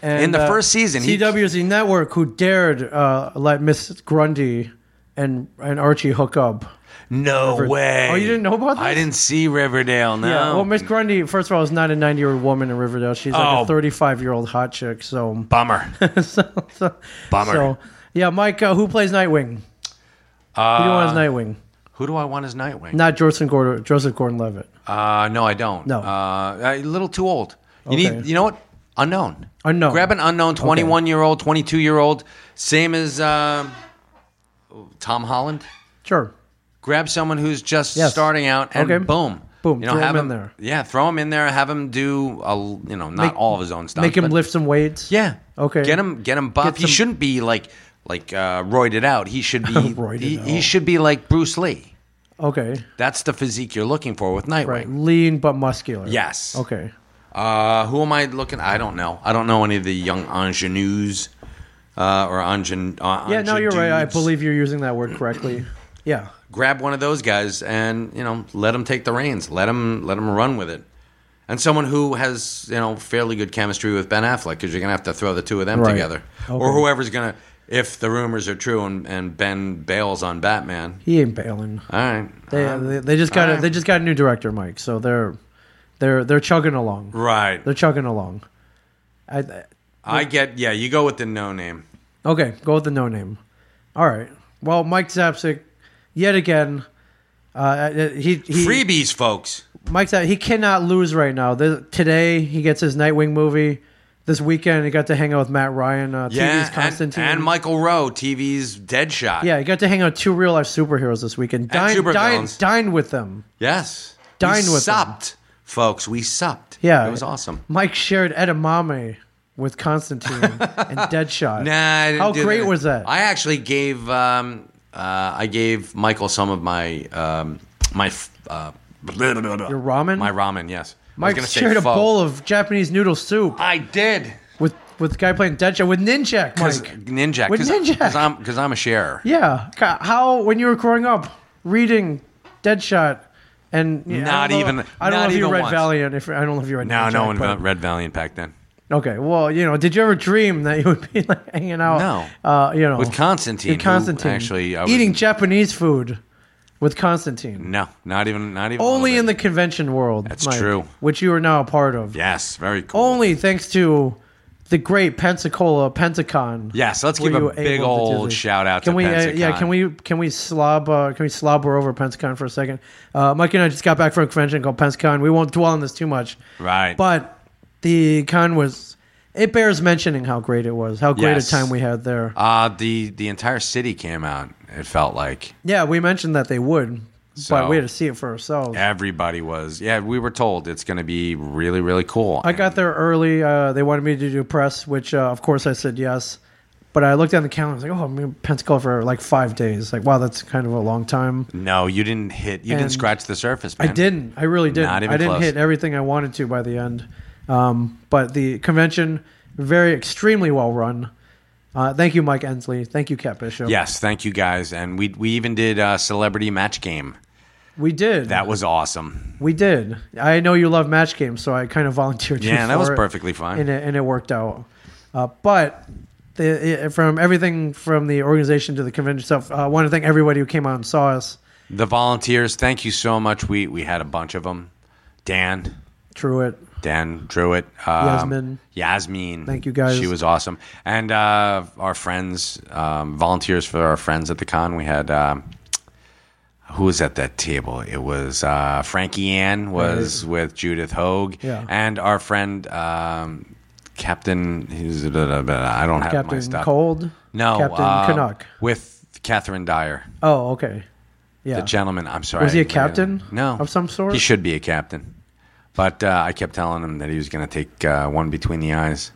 Speaker 1: And,
Speaker 2: in the
Speaker 1: uh,
Speaker 2: first season, he-
Speaker 1: CW is the network who dared uh, let Miss Grundy and and Archie hook up.
Speaker 2: No way.
Speaker 1: Oh, you didn't know about
Speaker 2: I
Speaker 1: this?
Speaker 2: didn't see Riverdale. No.
Speaker 1: Yeah. Well, Miss Grundy, first of all, is not a 90 year old woman in Riverdale. She's like
Speaker 2: Oh.
Speaker 1: a 35 year old hot chick. So,
Speaker 2: Bummer.
Speaker 1: so, so
Speaker 2: Bummer.
Speaker 1: So, yeah, Mike, uh, who plays Nightwing? Who do you
Speaker 2: Uh,
Speaker 1: want as Nightwing?
Speaker 2: Who do I want as Nightwing?
Speaker 1: Not Joseph Gordon, Joseph Gordon-Levitt.
Speaker 2: Uh, no, I don't.
Speaker 1: No.
Speaker 2: Uh, a little too old. You
Speaker 1: Okay.
Speaker 2: need. You know what? Unknown.
Speaker 1: Unknown.
Speaker 2: Grab an unknown, twenty-one year old, twenty-two year old, same as um Tom Holland.
Speaker 1: Sure.
Speaker 2: Grab someone who's just
Speaker 1: Yes.
Speaker 2: starting out, and
Speaker 1: Okay.
Speaker 2: boom,
Speaker 1: Boom.
Speaker 2: You know,
Speaker 1: Throw
Speaker 2: have
Speaker 1: him in there.
Speaker 2: Yeah, throw him in there. Have him do a, l- you know, not
Speaker 1: Make-
Speaker 2: all of his own stuff.
Speaker 1: Make him
Speaker 2: but-
Speaker 1: lift some weights.
Speaker 2: Yeah.
Speaker 1: Okay.
Speaker 2: Get him. Get him buff.
Speaker 1: Get
Speaker 2: he
Speaker 1: some-
Speaker 2: shouldn't be like like uh, roided out. He should be.
Speaker 1: Roided
Speaker 2: he,
Speaker 1: out.
Speaker 2: he should be like Bruce Lee.
Speaker 1: Okay.
Speaker 2: That's the physique you're looking for with Nightwing.
Speaker 1: Right. Lean but muscular.
Speaker 2: Yes.
Speaker 1: Okay.
Speaker 2: Uh, who am I looking? I don't know. I don't know any of the young ingenues uh, or ingen. Uh,
Speaker 1: Yeah, no, you're right. I
Speaker 2: ingenues.
Speaker 1: believe you're using that word correctly. Yeah.
Speaker 2: Grab one of those guys and you know let him take the reins. Let him let him run with it. And someone who has you know fairly good chemistry with Ben Affleck because you're gonna have to throw the two of them
Speaker 1: Right.
Speaker 2: together, or
Speaker 1: Okay.
Speaker 2: whoever's gonna if the rumors are true and, and Ben bails on Batman.
Speaker 1: He ain't bailing.
Speaker 2: All right,
Speaker 1: They,
Speaker 2: Uh,
Speaker 1: they, they just got a,
Speaker 2: I-
Speaker 1: they just got a new director, Mike. So they're they're they're chugging along.
Speaker 2: right.
Speaker 1: They're chugging along. I, I-
Speaker 2: I get yeah. You go with the no name.
Speaker 1: okay, go with the no name. All right. Well, Mike Zapsik, yet again, uh, he, he
Speaker 2: Freebies, folks.
Speaker 1: Mike's out. He cannot lose right now. This, today he gets his Nightwing movie. This weekend he got to hang out with Matt Ryan, uh,
Speaker 2: Yeah,
Speaker 1: TV's
Speaker 2: and-
Speaker 1: Constantine,
Speaker 2: and, Michael Rowe, TV's Deadshot.
Speaker 1: Yeah, he got to hang out with two real life superheroes this weekend. Dine, dine,
Speaker 2: supervillains.
Speaker 1: dine with them.
Speaker 2: Yes.
Speaker 1: Dine
Speaker 2: we
Speaker 1: with them.
Speaker 2: supped, folks. We supped.
Speaker 1: Yeah,
Speaker 2: It was awesome.
Speaker 1: Mike shared Edamame with Constantine and Deadshot.
Speaker 2: Nah, I didn't
Speaker 1: How
Speaker 2: do
Speaker 1: great was that?
Speaker 2: I actually gave um, uh, I gave Michael some of my um, my f- uh, your
Speaker 1: ramen?
Speaker 2: My ramen, yes.
Speaker 1: Mike
Speaker 2: I was gonna
Speaker 1: shared
Speaker 2: say
Speaker 1: a
Speaker 2: pho.
Speaker 1: bowl of Japanese noodle soup
Speaker 2: I did.
Speaker 1: with with the guy playing Deadshot with Ninjak.
Speaker 2: Cause
Speaker 1: Mike,
Speaker 2: ninja,
Speaker 1: With Ninjak.
Speaker 2: because I'm because I'm a sharer.
Speaker 1: yeah. Ca- How when you were growing up reading Deadshot. And yeah, I don't
Speaker 2: Not
Speaker 1: know-
Speaker 2: even-
Speaker 1: I don't
Speaker 2: not
Speaker 1: know if you
Speaker 2: even
Speaker 1: read
Speaker 2: once.
Speaker 1: Valiant. If I don't know if you read.
Speaker 2: No,
Speaker 1: Ninjak,
Speaker 2: no one
Speaker 1: but- Oh.
Speaker 2: read Valiant back then.
Speaker 1: Okay, well, you know, did you ever dream that you would be like hanging out?
Speaker 2: No.
Speaker 1: uh, you know,
Speaker 2: With Constantine,
Speaker 1: with
Speaker 2: who
Speaker 1: Constantine,
Speaker 2: actually, I was-
Speaker 1: eating Japanese food with Constantine,
Speaker 2: No, not even not even. a
Speaker 1: only
Speaker 2: little
Speaker 1: in
Speaker 2: bit.
Speaker 1: the convention world. That's
Speaker 2: true.
Speaker 1: Which you are now a part of.
Speaker 2: yes, very cool.
Speaker 1: Only thanks to the great Pensacola Pentacon.
Speaker 2: Yes, let's
Speaker 1: were
Speaker 2: give
Speaker 1: you
Speaker 2: a big
Speaker 1: able to do
Speaker 2: old
Speaker 1: this.
Speaker 2: shout out
Speaker 1: Can
Speaker 2: to
Speaker 1: we? Uh,
Speaker 2: Pensacon.
Speaker 1: yeah, can we? Can we slob? Uh, can we slobber over Pensacon for a second? Uh, Mike and I just got back from a convention called Pensacon. We won't dwell on this too much.
Speaker 2: Right.
Speaker 1: But the con was. It bears mentioning how great it was, how great
Speaker 2: Yes.
Speaker 1: a time we had there.
Speaker 2: Uh, the the entire city came out. It felt like
Speaker 1: yeah, we mentioned that they would, but
Speaker 2: So-
Speaker 1: we had to see it for ourselves.
Speaker 2: everybody was. Yeah, we were told it's going to be really really cool.
Speaker 1: I got there early. Uh, they wanted me to do press, which uh, of course I said yes. But I looked on the calendar. I was like, "Oh, I'm in Pensacola for like five days. Like, wow, that's kind of a long time."
Speaker 2: no, you didn't hit. You
Speaker 1: And
Speaker 2: didn't scratch the surface.
Speaker 1: I
Speaker 2: Man.
Speaker 1: didn't. I really didn't.
Speaker 2: Not even
Speaker 1: I didn't
Speaker 2: close.
Speaker 1: hit everything I wanted to by the end. Um, but the convention, very extremely well run. Uh, thank you, Mike Ensley. Thank you, Cat Bishop.
Speaker 2: Yes, thank you guys, and we we even did a celebrity match game.
Speaker 1: we did.
Speaker 2: That was awesome.
Speaker 1: we did. I know you love match games, so I kind of volunteered. you
Speaker 2: Yeah, that was
Speaker 1: for it.
Speaker 2: perfectly fine.
Speaker 1: and it, and it worked out. Uh, but the, it, from everything from the organization to the convention stuff, uh, I want to thank everybody who came out and saw us.
Speaker 2: the volunteers, thank you so much. We we had a bunch of them. Dan,
Speaker 1: Truett,
Speaker 2: Dan Druitt,
Speaker 1: Yasmin.
Speaker 2: um, Yasmin.
Speaker 1: Thank you, guys.
Speaker 2: She was awesome, and uh, our friends, um, volunteers for our friends at the con. We had um, who was at that table? It was uh, Frankie Ann was with Judith Hogue,
Speaker 1: Yeah.
Speaker 2: and our friend um, Captain. He's, I don't have my
Speaker 1: Captain
Speaker 2: stuff.
Speaker 1: Cold,
Speaker 2: No,
Speaker 1: Captain
Speaker 2: uh,
Speaker 1: Canuck.
Speaker 2: with Catherine Dyer,
Speaker 1: Oh, okay, yeah.
Speaker 2: the gentleman. I'm sorry.
Speaker 1: Was he a
Speaker 2: I-
Speaker 1: captain
Speaker 2: No,
Speaker 1: of some sort?
Speaker 2: He should be a captain, but uh, I kept telling him that he was going to take uh, one between the eyes,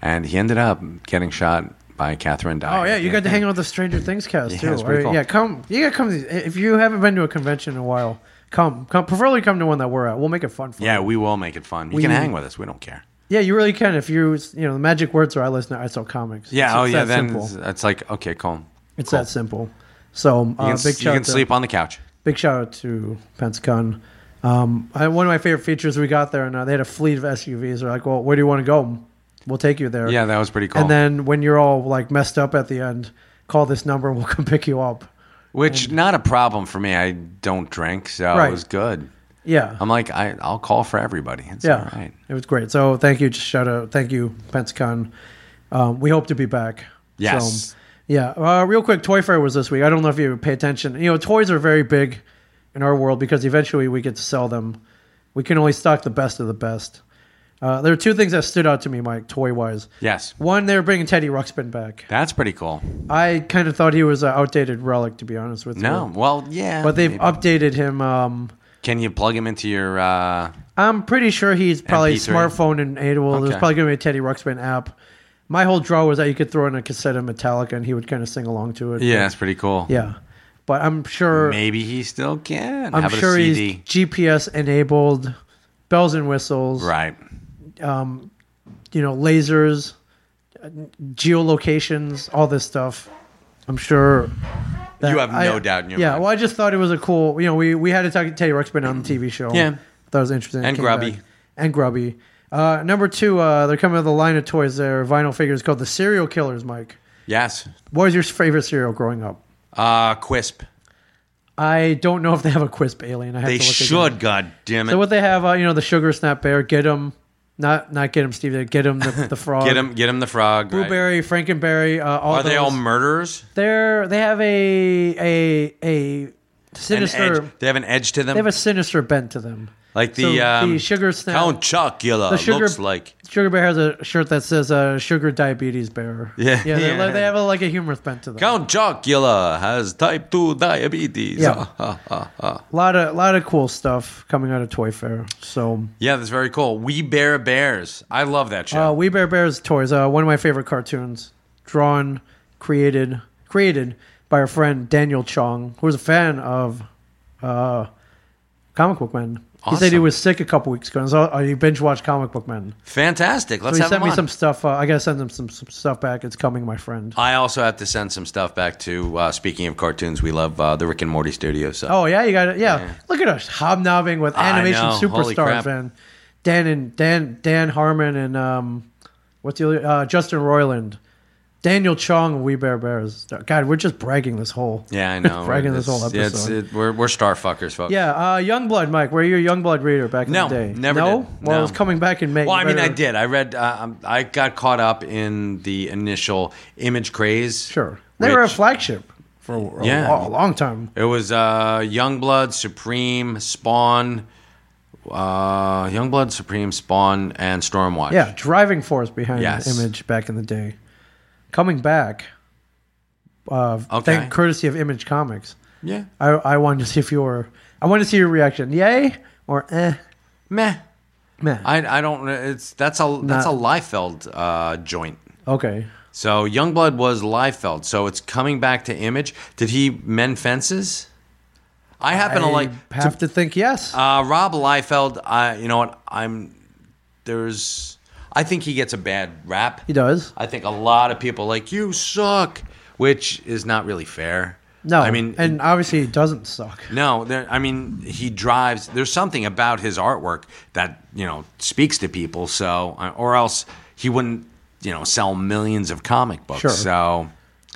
Speaker 2: and he ended up getting shot by Catherine Dyer.
Speaker 1: Oh yeah, you got to hang out with the Stranger Things cast
Speaker 2: Yeah,
Speaker 1: too.
Speaker 2: it's pretty
Speaker 1: Or-
Speaker 2: cool.
Speaker 1: Yeah, come. You got to come. If you haven't been to a convention in a while, come. Come. Preferably come to one that we're at. We'll make it fun for
Speaker 2: Yeah,
Speaker 1: you.
Speaker 2: we will make it fun. You
Speaker 1: We-
Speaker 2: can hang with us. We don't care.
Speaker 1: Yeah, you really can. If you, you know, the magic words are I listen to I Saw Comics.
Speaker 2: Yeah.
Speaker 1: It's-
Speaker 2: oh
Speaker 1: it's that
Speaker 2: yeah. Then
Speaker 1: simple.
Speaker 2: it's, it's like okay, cool.
Speaker 1: It's
Speaker 2: Cool.
Speaker 1: that simple. So
Speaker 2: You
Speaker 1: uh,
Speaker 2: can,
Speaker 1: big
Speaker 2: you
Speaker 1: shout
Speaker 2: can
Speaker 1: out to-
Speaker 2: sleep on the couch.
Speaker 1: Big shout out to Pensacon. Um, I, one of my favorite features we got there, and uh, they had a fleet of SUVs. They're like, well, where do you want to go? We'll take you there.
Speaker 2: Yeah, that was pretty cool.
Speaker 1: And then when you're all like messed up at the end, call this number and we'll come pick you up.
Speaker 2: Which not a problem for me. I don't drink, so
Speaker 1: Right.
Speaker 2: it was good.
Speaker 1: Yeah.
Speaker 2: I'm like, I, I'll call for everybody. It's
Speaker 1: yeah.
Speaker 2: all right.
Speaker 1: It was great. So thank you. Just shout out. Thank you, Pensacon. Um, we hope to be back.
Speaker 2: Yes.
Speaker 1: So, yeah. Uh, real quick, Toy Fair was this week. I don't know if you pay attention. You know, toys are very big in our world because eventually we get to sell them. We can only stock the best of the best. Uh, there are two things that stood out to me, Mike, toy wise.
Speaker 2: Yes.
Speaker 1: One, they were bringing Teddy Ruxpin back.
Speaker 2: That's pretty cool.
Speaker 1: I kind of thought he was an outdated relic, to be honest with you.
Speaker 2: No. Well, yeah.
Speaker 1: But they've
Speaker 2: maybe.
Speaker 1: updated him. Um,
Speaker 2: Can you plug him into your. Uh,
Speaker 1: I'm pretty sure he's probably
Speaker 2: MP3.
Speaker 1: smartphone enabled. There's
Speaker 2: Okay.
Speaker 1: probably going to be a Teddy Ruxpin app. My whole draw was that you could throw in a cassette of Metallica and he would kind of sing along to it.
Speaker 2: yeah, that's pretty cool.
Speaker 1: Yeah. But I'm sure
Speaker 2: Maybe he still can.
Speaker 1: I'm
Speaker 2: Have it
Speaker 1: sure
Speaker 2: a
Speaker 1: he's
Speaker 2: CD.
Speaker 1: GPS enabled, bells and whistles,
Speaker 2: Right.
Speaker 1: you know, lasers, uh, geolocations, all this stuff. I'm sure that
Speaker 2: You have no
Speaker 1: I-
Speaker 2: doubt in your
Speaker 1: Yeah,
Speaker 2: mind.
Speaker 1: well I just thought it was a cool you know, we we had to talk to Teddy Ruxpin on the TV show.
Speaker 2: Yeah.
Speaker 1: That was interesting. It
Speaker 2: And
Speaker 1: came
Speaker 2: grubby.
Speaker 1: back. And grubby. Uh, number two, uh, they're coming with a line of toys there, vinyl figures called the Serial Killers, Mike.
Speaker 2: Yes.
Speaker 1: What was your favorite cereal growing up?
Speaker 2: Uh, Quisp.
Speaker 1: I don't know if they have a Quisp alien. I have
Speaker 2: They
Speaker 1: to look again.
Speaker 2: should, god damn it.
Speaker 1: So what they have, uh, you know, the sugar snap bear, get him, not not get him, Steve, get him the, the frog,
Speaker 2: get him get him the frog. right.
Speaker 1: blueberry, Frankenberry, uh, all
Speaker 2: Are they all
Speaker 1: those.
Speaker 2: murderers?
Speaker 1: They're they have a a a
Speaker 2: An
Speaker 1: sinister.
Speaker 2: edge- they have an edge to them?
Speaker 1: They have a sinister bent to them.
Speaker 2: like the,
Speaker 1: so
Speaker 2: um,
Speaker 1: the sugar snap-
Speaker 2: Count Chocula
Speaker 1: The sugar-
Speaker 2: looks like.
Speaker 1: Sugar Bear has a shirt that says uh, "Sugar Diabetes Bear."
Speaker 2: Yeah.
Speaker 1: yeah, they,
Speaker 2: Yeah.
Speaker 1: they have a, like a humorous bent to them.
Speaker 2: Count Chocula has type 2 diabetes.
Speaker 1: Yeah.
Speaker 2: Ah, ah, ah, ah.
Speaker 1: A lot of lot of cool stuff coming out of Toy Fair. So,
Speaker 2: Yeah, that's very cool. We Bear Bears. I love that show.
Speaker 1: uh, We Bear Bears toys. Uh, one of my favorite cartoons, drawn, created, created by our friend Daniel Chong, who's a fan of uh, Comic Book Men. He said he
Speaker 2: Awesome.
Speaker 1: was sick a couple weeks ago. And so, uh, he binge watched Comic Book Men.
Speaker 2: Fantastic.
Speaker 1: So
Speaker 2: Let's
Speaker 1: he
Speaker 2: have them
Speaker 1: sent me
Speaker 2: on.
Speaker 1: some stuff. Uh, I gotta send him some, some stuff back. It's coming, my friend.
Speaker 2: I also have to send some stuff back to, uh, speaking of cartoons, we love uh, the Rick and Morty studio. So.
Speaker 1: Oh yeah, you got it. Yeah. look at us hobnobbing with
Speaker 2: I
Speaker 1: animation
Speaker 2: know. Holy
Speaker 1: superstars
Speaker 2: crap.
Speaker 1: and Dan and Dan Dan Harmon and um, what's the other uh, Justin Roiland, Daniel Chong, We Bear Bears. God, we're just bragging this whole.
Speaker 2: Yeah, I know.
Speaker 1: bragging this
Speaker 2: It's-
Speaker 1: whole
Speaker 2: yeah, it's-
Speaker 1: episode.
Speaker 2: it- we're, we're star fuckers, folks.
Speaker 1: Yeah, uh, Youngblood, Mike. Were you a Youngblood reader back in
Speaker 2: No,
Speaker 1: the day?
Speaker 2: never
Speaker 1: No,
Speaker 2: did.
Speaker 1: well,
Speaker 2: No.
Speaker 1: it was coming back in May.
Speaker 2: Well, I
Speaker 1: You
Speaker 2: mean, I
Speaker 1: better-
Speaker 2: did. I read. Uh, um, I got caught up in the initial image craze.
Speaker 1: Sure, they were a
Speaker 2: which-
Speaker 1: flagship for a, a
Speaker 2: Yeah.
Speaker 1: lo- a long time.
Speaker 2: It was uh, Youngblood, Supreme, Spawn, uh, Youngblood, Supreme, Spawn, and Stormwatch.
Speaker 1: Yeah, driving force behind
Speaker 2: Yes.
Speaker 1: Image back in the day. Coming back, uh,
Speaker 2: Okay.
Speaker 1: thank courtesy of Image Comics.
Speaker 2: yeah,
Speaker 1: I, I wanted to see if you were. I wanted to see your reaction. Yay or eh?
Speaker 2: meh.
Speaker 1: Meh.
Speaker 2: I, I don't. It's that's a that's
Speaker 1: Not-
Speaker 2: a Liefeld uh, joint.
Speaker 1: okay.
Speaker 2: So Youngblood was Liefeld. So it's coming back to Image. Did he mend fences? I happen
Speaker 1: I
Speaker 2: to like
Speaker 1: have to think yes.
Speaker 2: Uh, Rob Liefeld, I you know what? I'm there's. I think he gets a bad rap.
Speaker 1: he does.
Speaker 2: I think a lot of people are like you suck, which is not really fair.
Speaker 1: No.
Speaker 2: I mean,
Speaker 1: and obviously it doesn't suck.
Speaker 2: no, there, I mean he drives. There's something about his artwork that you know speaks to people. So, uh, or else he wouldn't you know sell millions of comic books.
Speaker 1: Sure.
Speaker 2: So,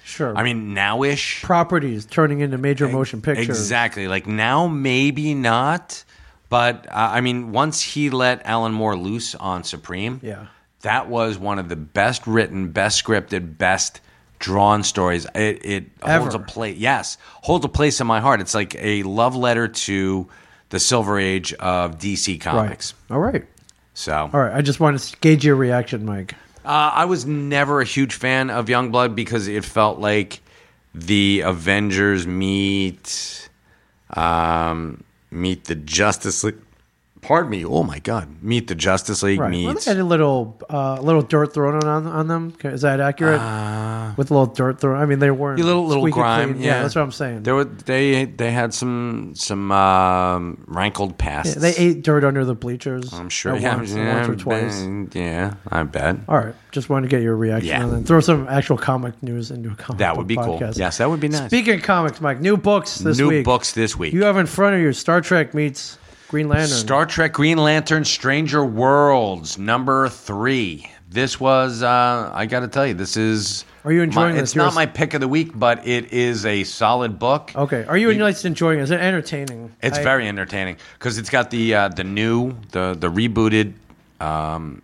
Speaker 1: Sure.
Speaker 2: I mean nowish.
Speaker 1: properties turning into major motion pictures.
Speaker 2: Exactly. Like now, maybe not. But uh, I mean, once he let Alan Moore loose on Supreme,
Speaker 1: Yeah.
Speaker 2: that was one of the best written, best scripted, best drawn stories. It, it holds a
Speaker 1: Ever.
Speaker 2: place. Yes, holds a place in my heart. It's like a love letter to the Silver Age of DC Comics.
Speaker 1: Right. All right.
Speaker 2: So
Speaker 1: All right. I just wanted to gauge your reaction, Mike.
Speaker 2: uh, I was never a huge fan of Youngblood because it felt like the Avengers meet um, meet the Justice League Pardon me. Oh my God. Meet the Justice League.
Speaker 1: Right. Well,
Speaker 2: Meets.
Speaker 1: they had a little, uh, little dirt thrown on on them. Okay, Is that accurate? With a little dirt thrown. I mean, they weren't
Speaker 2: A Uh, little little
Speaker 1: squeaky
Speaker 2: grime.
Speaker 1: clean.
Speaker 2: Yeah.
Speaker 1: that's what I'm saying.
Speaker 2: There were they they had some some um, rankled
Speaker 1: Yeah,
Speaker 2: pasts.
Speaker 1: they ate dirt under the bleachers.
Speaker 2: I'm sure.
Speaker 1: at
Speaker 2: yeah,
Speaker 1: once,
Speaker 2: yeah,
Speaker 1: once or
Speaker 2: I
Speaker 1: twice.
Speaker 2: bet. Yeah, I bet
Speaker 1: All right, just wanted to get your reaction
Speaker 2: Yeah.
Speaker 1: and then throw some actual comic news into a comic.
Speaker 2: that
Speaker 1: book
Speaker 2: would be cool.
Speaker 1: podcast.
Speaker 2: Yes, that would be nice.
Speaker 1: Speaking of comics, Mike, new books this
Speaker 2: New
Speaker 1: week.
Speaker 2: books this week.
Speaker 1: You have in front of you Star Trek meets Green Lantern.
Speaker 2: Star Trek Green Lantern Stranger Worlds number three. This was, uh, I got to tell you, this is.
Speaker 1: Are you enjoying
Speaker 2: my,
Speaker 1: this?
Speaker 2: It's
Speaker 1: You're
Speaker 2: not
Speaker 1: a-
Speaker 2: my pick of the week, but it is a solid book.
Speaker 1: okay, are you, just enjoying? it? Is it entertaining?
Speaker 2: It's
Speaker 1: I-
Speaker 2: very entertaining because it's got the uh, the new the the rebooted um,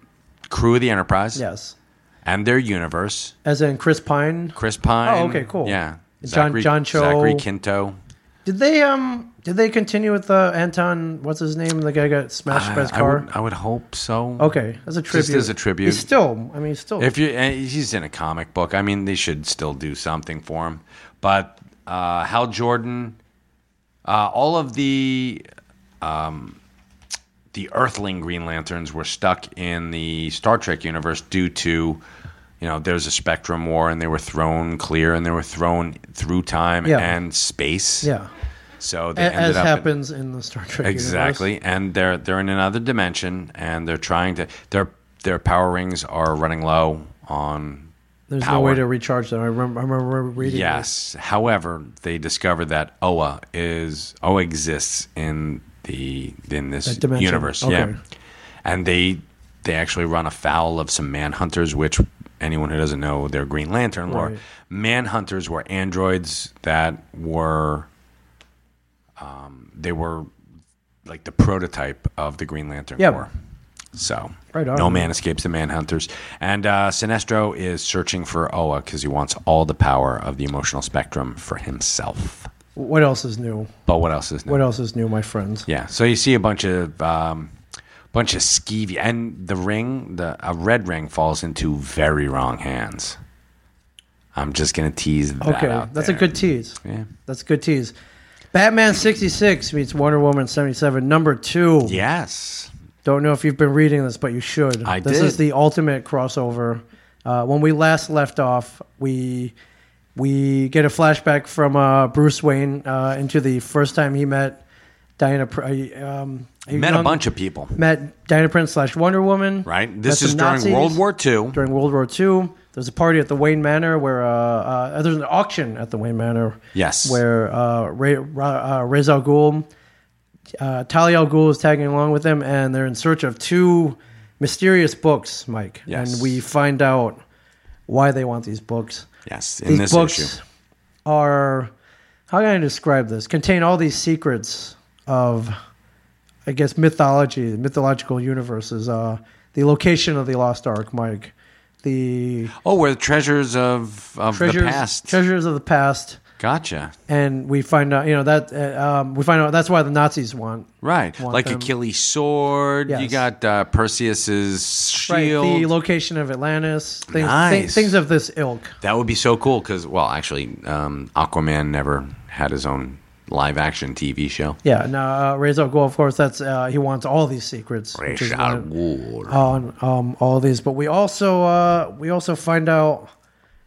Speaker 2: crew of the Enterprise
Speaker 1: yes,
Speaker 2: and their universe.
Speaker 1: as in Chris Pine.
Speaker 2: Chris Pine.
Speaker 1: Oh, okay, cool.
Speaker 2: Yeah,
Speaker 1: John- John Cho.
Speaker 2: Zachary Quinto.
Speaker 1: Did they um? Did they continue with uh, Anton? What's his name? The guy who got smashed by his
Speaker 2: I, I
Speaker 1: car.
Speaker 2: would, I would hope so.
Speaker 1: okay, as a tribute.
Speaker 2: Just as a tribute.
Speaker 1: He's still. I mean, he's still.
Speaker 2: If you and he's in a comic book, I mean, they should still do something for him. But uh, Hal Jordan, uh, all of the um, the Earthling Green Lanterns were stuck in the Star Trek universe due to you know there's a spectrum war and they were thrown clear and they were thrown through time
Speaker 1: Yeah.
Speaker 2: and space.
Speaker 1: yeah,
Speaker 2: So
Speaker 1: A-
Speaker 2: they ended
Speaker 1: as
Speaker 2: up in-
Speaker 1: happens in, the Star Trek. universe.
Speaker 2: Exactly, and they're they're in another dimension, and they're trying to their their power rings are running low on.
Speaker 1: There's no
Speaker 2: power.
Speaker 1: way to recharge them. I remember. I remember reading. this.
Speaker 2: Yes. However, they discover that Oa is Oa exists in the in this
Speaker 1: That dimension.
Speaker 2: universe.
Speaker 1: Okay.
Speaker 2: Yeah, and they they actually run afoul of some manhunters, which anyone who doesn't know their Green Lantern lore,
Speaker 1: Right.
Speaker 2: manhunters were androids that were um, they were like the prototype of the Green Lantern
Speaker 1: Yeah.
Speaker 2: Corps. So
Speaker 1: Right on.
Speaker 2: no man escapes the Manhunters, and uh, Sinestro is searching for Oa because he wants all the power of the emotional spectrum for himself.
Speaker 1: What else is new?
Speaker 2: But what else is new?
Speaker 1: What else is new, my friends?
Speaker 2: Yeah, so you see a bunch of um, bunch of skeevy, and the ring, the a red ring falls into very wrong hands. I'm just gonna tease that.
Speaker 1: Okay,
Speaker 2: out
Speaker 1: that's a
Speaker 2: there.
Speaker 1: good tease.
Speaker 2: Yeah.
Speaker 1: That's a good tease. Batman 66 meets Wonder Woman 77, number two.
Speaker 2: Yes.
Speaker 1: Don't know if you've been reading this, but you should.
Speaker 2: I
Speaker 1: this
Speaker 2: did.
Speaker 1: is the ultimate crossover. Uh, when we last left off, we we get a flashback from uh, Bruce Wayne uh, into the first time he met Diana. Pr- uh, Um,
Speaker 2: Met a
Speaker 1: young-
Speaker 2: bunch of people,
Speaker 1: Met Diana Prince slash Wonder Woman.
Speaker 2: right?
Speaker 1: Met
Speaker 2: This
Speaker 1: some
Speaker 2: is during
Speaker 1: Nazis
Speaker 2: World War II.
Speaker 1: during World War II. There's a party at the Wayne Manor where uh, uh, there's an auction at the Wayne Manor.
Speaker 2: Yes.
Speaker 1: where uh, Ray, Ra, uh, Rez Al Ghul, uh, Talia Al Ghul is tagging along with them, and they're in search of two mysterious books, Mike.
Speaker 2: Yes.
Speaker 1: and we find out why they want these books.
Speaker 2: Yes, in
Speaker 1: These
Speaker 2: this
Speaker 1: books
Speaker 2: issue.
Speaker 1: are how can I describe this? Contain all these secrets of, I guess, mythology, mythological universes. Uh, the location of the lost ark, Mike. The
Speaker 2: Oh, we're the treasures of, of
Speaker 1: treasures,
Speaker 2: the past.
Speaker 1: treasures of the past,
Speaker 2: gotcha.
Speaker 1: and we find out. You know that uh, um, we find out that's why the Nazis want
Speaker 2: Right.
Speaker 1: Want
Speaker 2: Like
Speaker 1: them.
Speaker 2: Achilles' sword. You
Speaker 1: Yes.
Speaker 2: got uh, Perseus's shield.
Speaker 1: right the location of Atlantis, things,
Speaker 2: Nice.
Speaker 1: thi- things of this ilk.
Speaker 2: that would be so cool because, well, actually, um, Aquaman never had his own live action TV show.
Speaker 1: Yeah, now uh, Ra's al Ghul, of course, that's uh, he wants all these secrets. which is one of-
Speaker 2: Richard Ward.
Speaker 1: on um, all these, but we also uh, we also find out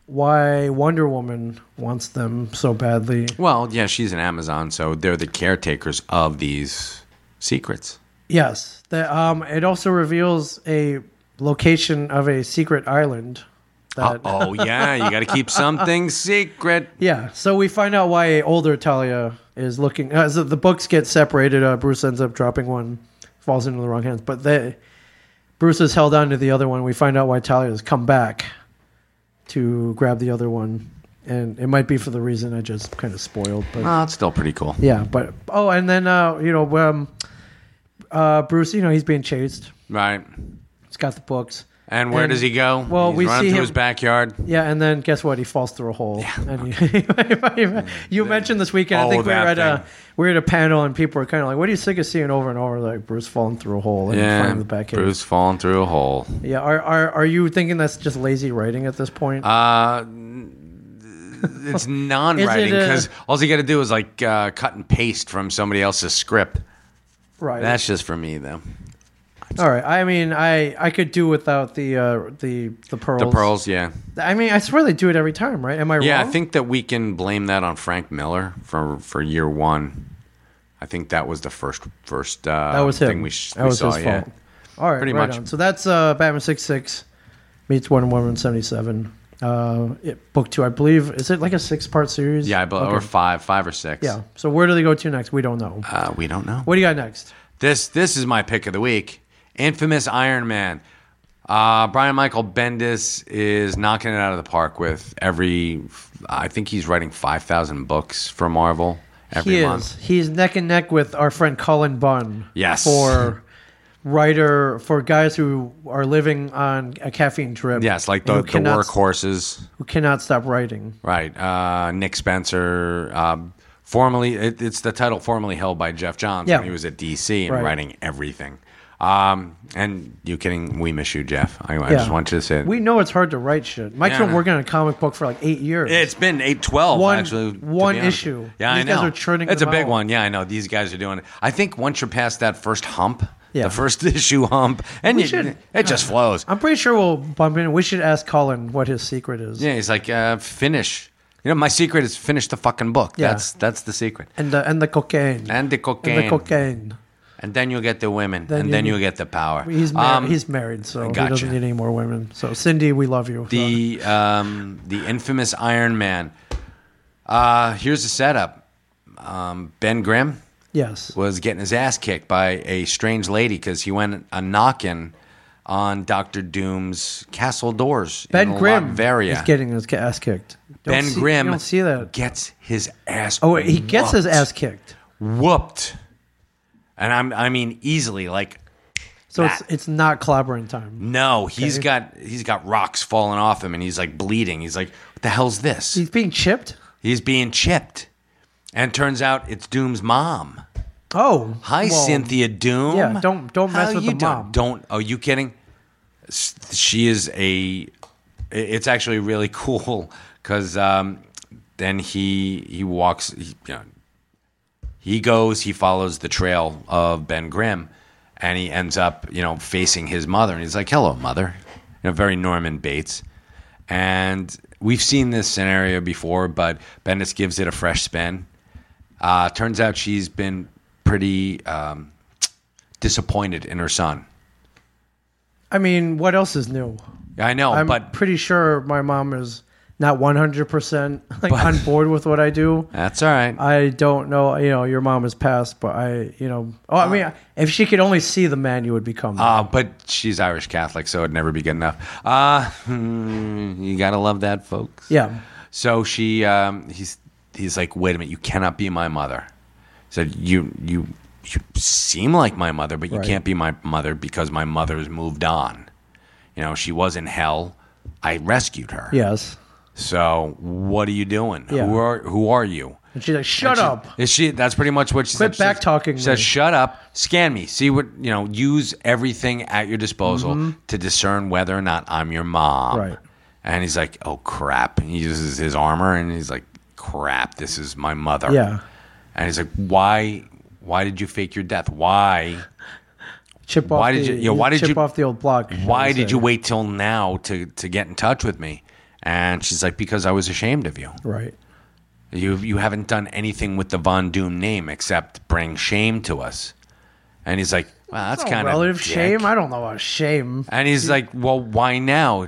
Speaker 1: why Wonder Woman wants them so badly.
Speaker 2: well, yeah, she's an Amazon, so they're the caretakers of these secrets.
Speaker 1: Yes, that um, it also reveals a location of a secret island. That
Speaker 2: Oh, yeah. You got to keep something secret.
Speaker 1: yeah, so we find out why older Talia is looking. Uh, so the books get separated. Uh, Bruce ends up dropping one, falls into the wrong hands, but they Bruce is held on to the other one. We find out why Talia has come back to grab the other one. And it might be for the reason I just kind of spoiled, but
Speaker 2: Oh, it's still pretty cool.
Speaker 1: Yeah, but oh, and then uh, you know, um, uh, Bruce, you know, he's being chased.
Speaker 2: Right.
Speaker 1: He's got the books.
Speaker 2: And where
Speaker 1: And-
Speaker 2: does he go?
Speaker 1: well,
Speaker 2: He's
Speaker 1: we
Speaker 2: running
Speaker 1: see
Speaker 2: through
Speaker 1: him-
Speaker 2: his backyard.
Speaker 1: Yeah, and then guess what? He falls through a hole. And he, you mentioned this weekend. I
Speaker 2: Oh,
Speaker 1: think we were
Speaker 2: that
Speaker 1: at a
Speaker 2: thing.
Speaker 1: we were at a panel, and people were kind of like, "What do you sick of seeing over and over?" Like Bruce falling through a hole and
Speaker 2: Yeah,
Speaker 1: finding the back end.
Speaker 2: Bruce falling through a hole.
Speaker 1: Yeah, are, are are you thinking that's just lazy writing at this point?
Speaker 2: Uh, it's
Speaker 1: Is it
Speaker 2: non-writing
Speaker 1: a-
Speaker 2: uh, because all you got to do is like uh, cut and paste from somebody else's script.
Speaker 1: Right.
Speaker 2: That's just for me, though.
Speaker 1: All right. I mean, I I could do without the uh, the the pearls.
Speaker 2: The pearls, yeah,
Speaker 1: I mean, I swear they do it every time, right? Am I
Speaker 2: yeah.
Speaker 1: wrong?
Speaker 2: I think that we can blame that on Frank Miller for for year one. I think that was the first first uh,
Speaker 1: that was him.
Speaker 2: thing we, sh-
Speaker 1: that
Speaker 2: we
Speaker 1: was
Speaker 2: saw.
Speaker 1: his
Speaker 2: yeah,
Speaker 1: fault. All right.
Speaker 2: Pretty
Speaker 1: right
Speaker 2: much.
Speaker 1: on. So that's uh, Batman six six meets Wonder Woman seventy seven. Uh, it, book two, I believe. Is it like a six part series?
Speaker 2: yeah, I bel- or
Speaker 1: Okay.
Speaker 2: five, five or six.
Speaker 1: yeah. So where do they go to next? We don't know.
Speaker 2: uh, we don't know.
Speaker 1: What do you got next?
Speaker 2: This this is my pick of the week. Infamous Iron Man. Uh, Brian Michael Bendis is knocking it out of the park with every. I think he's writing five thousand books for Marvel every
Speaker 1: he
Speaker 2: month.
Speaker 1: is. He's neck and neck with our friend Colin Bunn.
Speaker 2: Yes.
Speaker 1: For writer for guys who are living on a caffeine drip.
Speaker 2: Yes, like
Speaker 1: and
Speaker 2: the,
Speaker 1: who
Speaker 2: the
Speaker 1: cannot-
Speaker 2: workhorses.
Speaker 1: who cannot stop writing.
Speaker 2: Right. Uh, Nick Spencer, um, formerly, it, it's the title formerly held by Jeff Johns
Speaker 1: Yeah.
Speaker 2: when he was at DC and
Speaker 1: Right.
Speaker 2: writing everything. Um, and you kidding? We miss you, Jeff. I, I
Speaker 1: Yeah.
Speaker 2: just want you to say it.
Speaker 1: We know it's hard to write shit. Mike's
Speaker 2: Yeah, I
Speaker 1: been
Speaker 2: know.
Speaker 1: working on a comic book for like eight years.
Speaker 2: it's been eight twelve
Speaker 1: One-
Speaker 2: actually. to
Speaker 1: one
Speaker 2: be honest.
Speaker 1: issue.
Speaker 2: Yeah,
Speaker 1: These
Speaker 2: I know.
Speaker 1: guys are churning
Speaker 2: it's a
Speaker 1: them
Speaker 2: big
Speaker 1: out.
Speaker 2: one. Yeah, I know. These guys are doing it. I think once you're past that first hump,
Speaker 1: Yeah.
Speaker 2: the first issue hump, and
Speaker 1: We
Speaker 2: you,
Speaker 1: should-
Speaker 2: it just flows.
Speaker 1: I'm pretty sure we'll bump in. We should ask Colin what his secret is.
Speaker 2: Yeah, he's like, uh, finish. You know, my secret is finish the fucking book.
Speaker 1: Yeah.
Speaker 2: That's that's the secret.
Speaker 1: And the and the cocaine.
Speaker 2: And the cocaine.
Speaker 1: the cocaine.
Speaker 2: And then you'll get the women,
Speaker 1: Then
Speaker 2: and
Speaker 1: you-
Speaker 2: then you'll get the power.
Speaker 1: He's mar-
Speaker 2: Um,
Speaker 1: he's married, so he
Speaker 2: gotcha.
Speaker 1: doesn't need any more women. So Cindy, we love you.
Speaker 2: the um, the infamous Iron Man. Uh, here's the setup. Um, ben Grimm
Speaker 1: yes.
Speaker 2: was getting his ass kicked by a strange lady because he went a knocking on Doctor Doom's castle doors.
Speaker 1: Ben
Speaker 2: in
Speaker 1: Grimm
Speaker 2: Latveria.
Speaker 1: is getting his ca- ass kicked. Don't
Speaker 2: ben
Speaker 1: see-
Speaker 2: Grimm
Speaker 1: You don't see that.
Speaker 2: gets his ass.
Speaker 1: Oh, wait, he gets his
Speaker 2: whooped.
Speaker 1: ass kicked.
Speaker 2: whooped, and I'm I mean easily like
Speaker 1: So it's it's not clobbering time.
Speaker 2: No, he's
Speaker 1: Okay.
Speaker 2: got he's got rocks falling off him, and he's like bleeding. He's like, "What the hell's this?"
Speaker 1: He's being chipped.
Speaker 2: He's being chipped, and turns out it's Doom's mom.
Speaker 1: Oh,
Speaker 2: Hi,
Speaker 1: well,
Speaker 2: Cynthia Doom.
Speaker 1: Yeah, don't- don't mess
Speaker 2: How
Speaker 1: with
Speaker 2: you
Speaker 1: the
Speaker 2: doing?
Speaker 1: mom.
Speaker 2: Don't. Are you kidding? S- She is a. It's actually really cool because um, then he he walks. He, you know, he goes. He follows the trail of Ben Grimm, and he ends up you know facing his mother, and he's like, "Hello, mother," you know, very Norman Bates. And we've seen this scenario before, but Bendis gives it a fresh spin. Uh, turns out she's been pretty um, disappointed in her son.
Speaker 1: I mean, what else is new?
Speaker 2: I know,
Speaker 1: I'm
Speaker 2: Oh, but
Speaker 1: pretty sure my mom is not 100% like on board with what I do.
Speaker 2: that's all right.
Speaker 1: I don't know, you know, your mom is passed, but I, you know, oh, I mean, if she could only see the man you would become.
Speaker 2: Uh, but she's Irish Catholic, so it'd never be good enough. Uh, hmm, you gotta love that, folks.
Speaker 1: yeah.
Speaker 2: So she, um, he's, he's like, wait a minute, you cannot be my mother. He said you, you, you seem like my mother, but you
Speaker 1: Right.
Speaker 2: can't be my mother because my mother's moved on. You know, she was in hell. I rescued her.
Speaker 1: Yes.
Speaker 2: So what are you doing?
Speaker 1: Yeah.
Speaker 2: Who are who are you?
Speaker 1: And she's like, shut
Speaker 2: She-
Speaker 1: up.
Speaker 2: Is she? That's pretty much what she
Speaker 1: Quit
Speaker 2: said. She says-
Speaker 1: back-talking
Speaker 2: She says,
Speaker 1: me.
Speaker 2: "Shut up. Scan me. See what you know. Use everything at your disposal to discern whether or not I'm your mom."
Speaker 1: Mm-hmm. Right.
Speaker 2: And he's like, "Oh crap!" And he uses his armor, and he's like, "Crap, this is my mother."
Speaker 1: Yeah.
Speaker 2: And he's like, "Why? Why did you fake your death? Why?
Speaker 1: Chip off
Speaker 2: Why did
Speaker 1: the,
Speaker 2: you- yeah, why did
Speaker 1: chip
Speaker 2: you-
Speaker 1: off the old block. shall
Speaker 2: Why
Speaker 1: we
Speaker 2: did
Speaker 1: say.
Speaker 2: you wait till now to to get in touch with me?" And she's like, "Because I was ashamed of you."
Speaker 1: Right.
Speaker 2: You you haven't done anything with the Von Doom name except bring shame to us. And he's like, well, that's
Speaker 1: It's not
Speaker 2: kind of
Speaker 1: Oh, relative shame. I don't know about shame.
Speaker 2: And he's like, well, why now?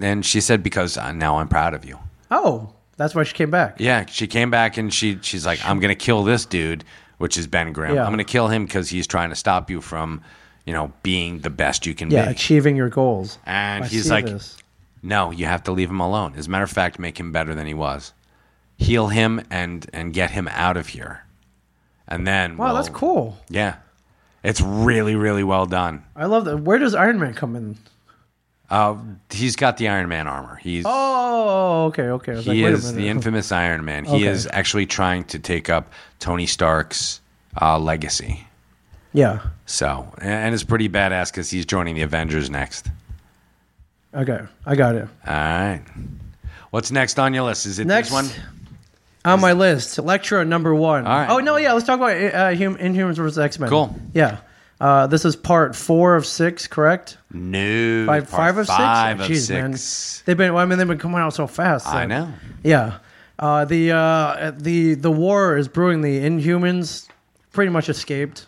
Speaker 2: And she said, because uh, now I'm proud of you.
Speaker 1: Oh, that's why she came back.
Speaker 2: Yeah, she came back and she she's like, I'm gonna kill this dude, which is Ben Grimm.
Speaker 1: Yeah.
Speaker 2: I'm gonna kill him because he's trying to stop you from, you know, being the best you can
Speaker 1: Yeah,
Speaker 2: be.
Speaker 1: achieving your goals.
Speaker 2: And
Speaker 1: I
Speaker 2: he's
Speaker 1: see
Speaker 2: like,
Speaker 1: this.
Speaker 2: no, you have to leave him alone. As a matter of fact, make him better than he was. Heal him and and get him out of here. And then
Speaker 1: wow, that's
Speaker 2: we'll-
Speaker 1: cool.
Speaker 2: Yeah. It's really, really well done.
Speaker 1: I love that. Where does Iron Man come in?
Speaker 2: Uh, he's got the Iron Man armor. He's
Speaker 1: Oh, okay, okay. I was
Speaker 2: he
Speaker 1: like, wait
Speaker 2: is
Speaker 1: a
Speaker 2: the
Speaker 1: minute.
Speaker 2: infamous Iron Man. He
Speaker 1: Okay.
Speaker 2: is actually trying to take up Tony Stark's uh, legacy.
Speaker 1: yeah.
Speaker 2: So, and- and it's pretty badass because he's joining the Avengers next.
Speaker 1: Okay, I got it.
Speaker 2: All right. What's next on your list? Is it
Speaker 1: Next,
Speaker 2: this one?
Speaker 1: on my list. Lecture number one.
Speaker 2: All right.
Speaker 1: Oh no, yeah. Let's talk about uh, hum- Inhumans versus X Men.
Speaker 2: Cool.
Speaker 1: Yeah. Uh, this is part four of six, correct?
Speaker 2: No.
Speaker 1: Five,
Speaker 2: part
Speaker 1: five of six.
Speaker 2: Five of
Speaker 1: Jeez, man.
Speaker 2: six.
Speaker 1: They've been. Well, I mean, they've been coming out so fast.
Speaker 2: I
Speaker 1: so-
Speaker 2: know.
Speaker 1: Yeah. Uh, the uh, the the war is brewing. The Inhumans pretty much escaped.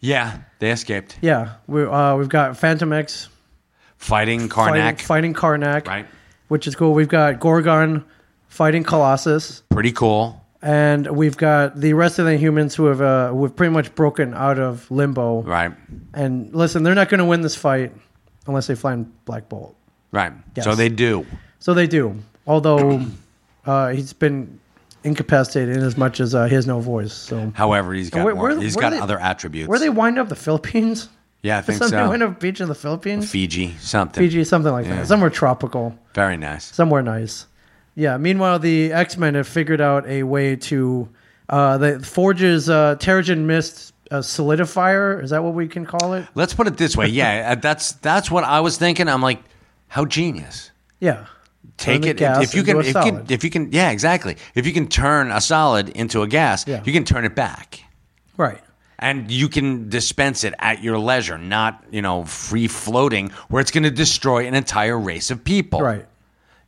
Speaker 2: Yeah, they escaped.
Speaker 1: Yeah. We uh, we've got Phantom X
Speaker 2: Fighting Karnak.
Speaker 1: fighting, fighting Karnak,
Speaker 2: Right.
Speaker 1: Which is cool. We've got Gorgon fighting Colossus.
Speaker 2: Pretty cool.
Speaker 1: and we've got the rest of the humans who have uh, who have pretty much broken out of limbo.
Speaker 2: Right.
Speaker 1: And listen, they're not going to win this fight unless they find Black Bolt.
Speaker 2: Right.
Speaker 1: Yes.
Speaker 2: So they do.
Speaker 1: So they do, although uh, he's been incapacitated in as much as uh, he has no voice. So
Speaker 2: However, he's got
Speaker 1: Where-
Speaker 2: more.
Speaker 1: where-
Speaker 2: he's
Speaker 1: where
Speaker 2: got
Speaker 1: they-
Speaker 2: other attributes.
Speaker 1: where they wind up, the Philippines?
Speaker 2: Yeah, I think
Speaker 1: Some- They
Speaker 2: so.
Speaker 1: wind up beach in the Philippines,
Speaker 2: Fiji, something.
Speaker 1: Fiji, something like that, somewhere tropical.
Speaker 2: Very nice.
Speaker 1: somewhere nice. Yeah. Meanwhile, the X Men have figured out a way to uh, the Forge's uh, Terrigen Mist uh, solidifier. Is that what we can call it?
Speaker 2: Let's put it this way. Yeah, uh, that's that's what I was thinking. I'm like, how genius.
Speaker 1: Yeah.
Speaker 2: Take
Speaker 1: the
Speaker 2: it
Speaker 1: gas
Speaker 2: if you
Speaker 1: into
Speaker 2: can
Speaker 1: a
Speaker 2: if, you can
Speaker 1: solid.
Speaker 2: if you can yeah exactly if you can turn a solid into a gas
Speaker 1: Yeah.
Speaker 2: you can turn it back
Speaker 1: Right.
Speaker 2: and you can dispense it at your leisure not you know free floating where it's going to destroy an entire race of people
Speaker 1: Right.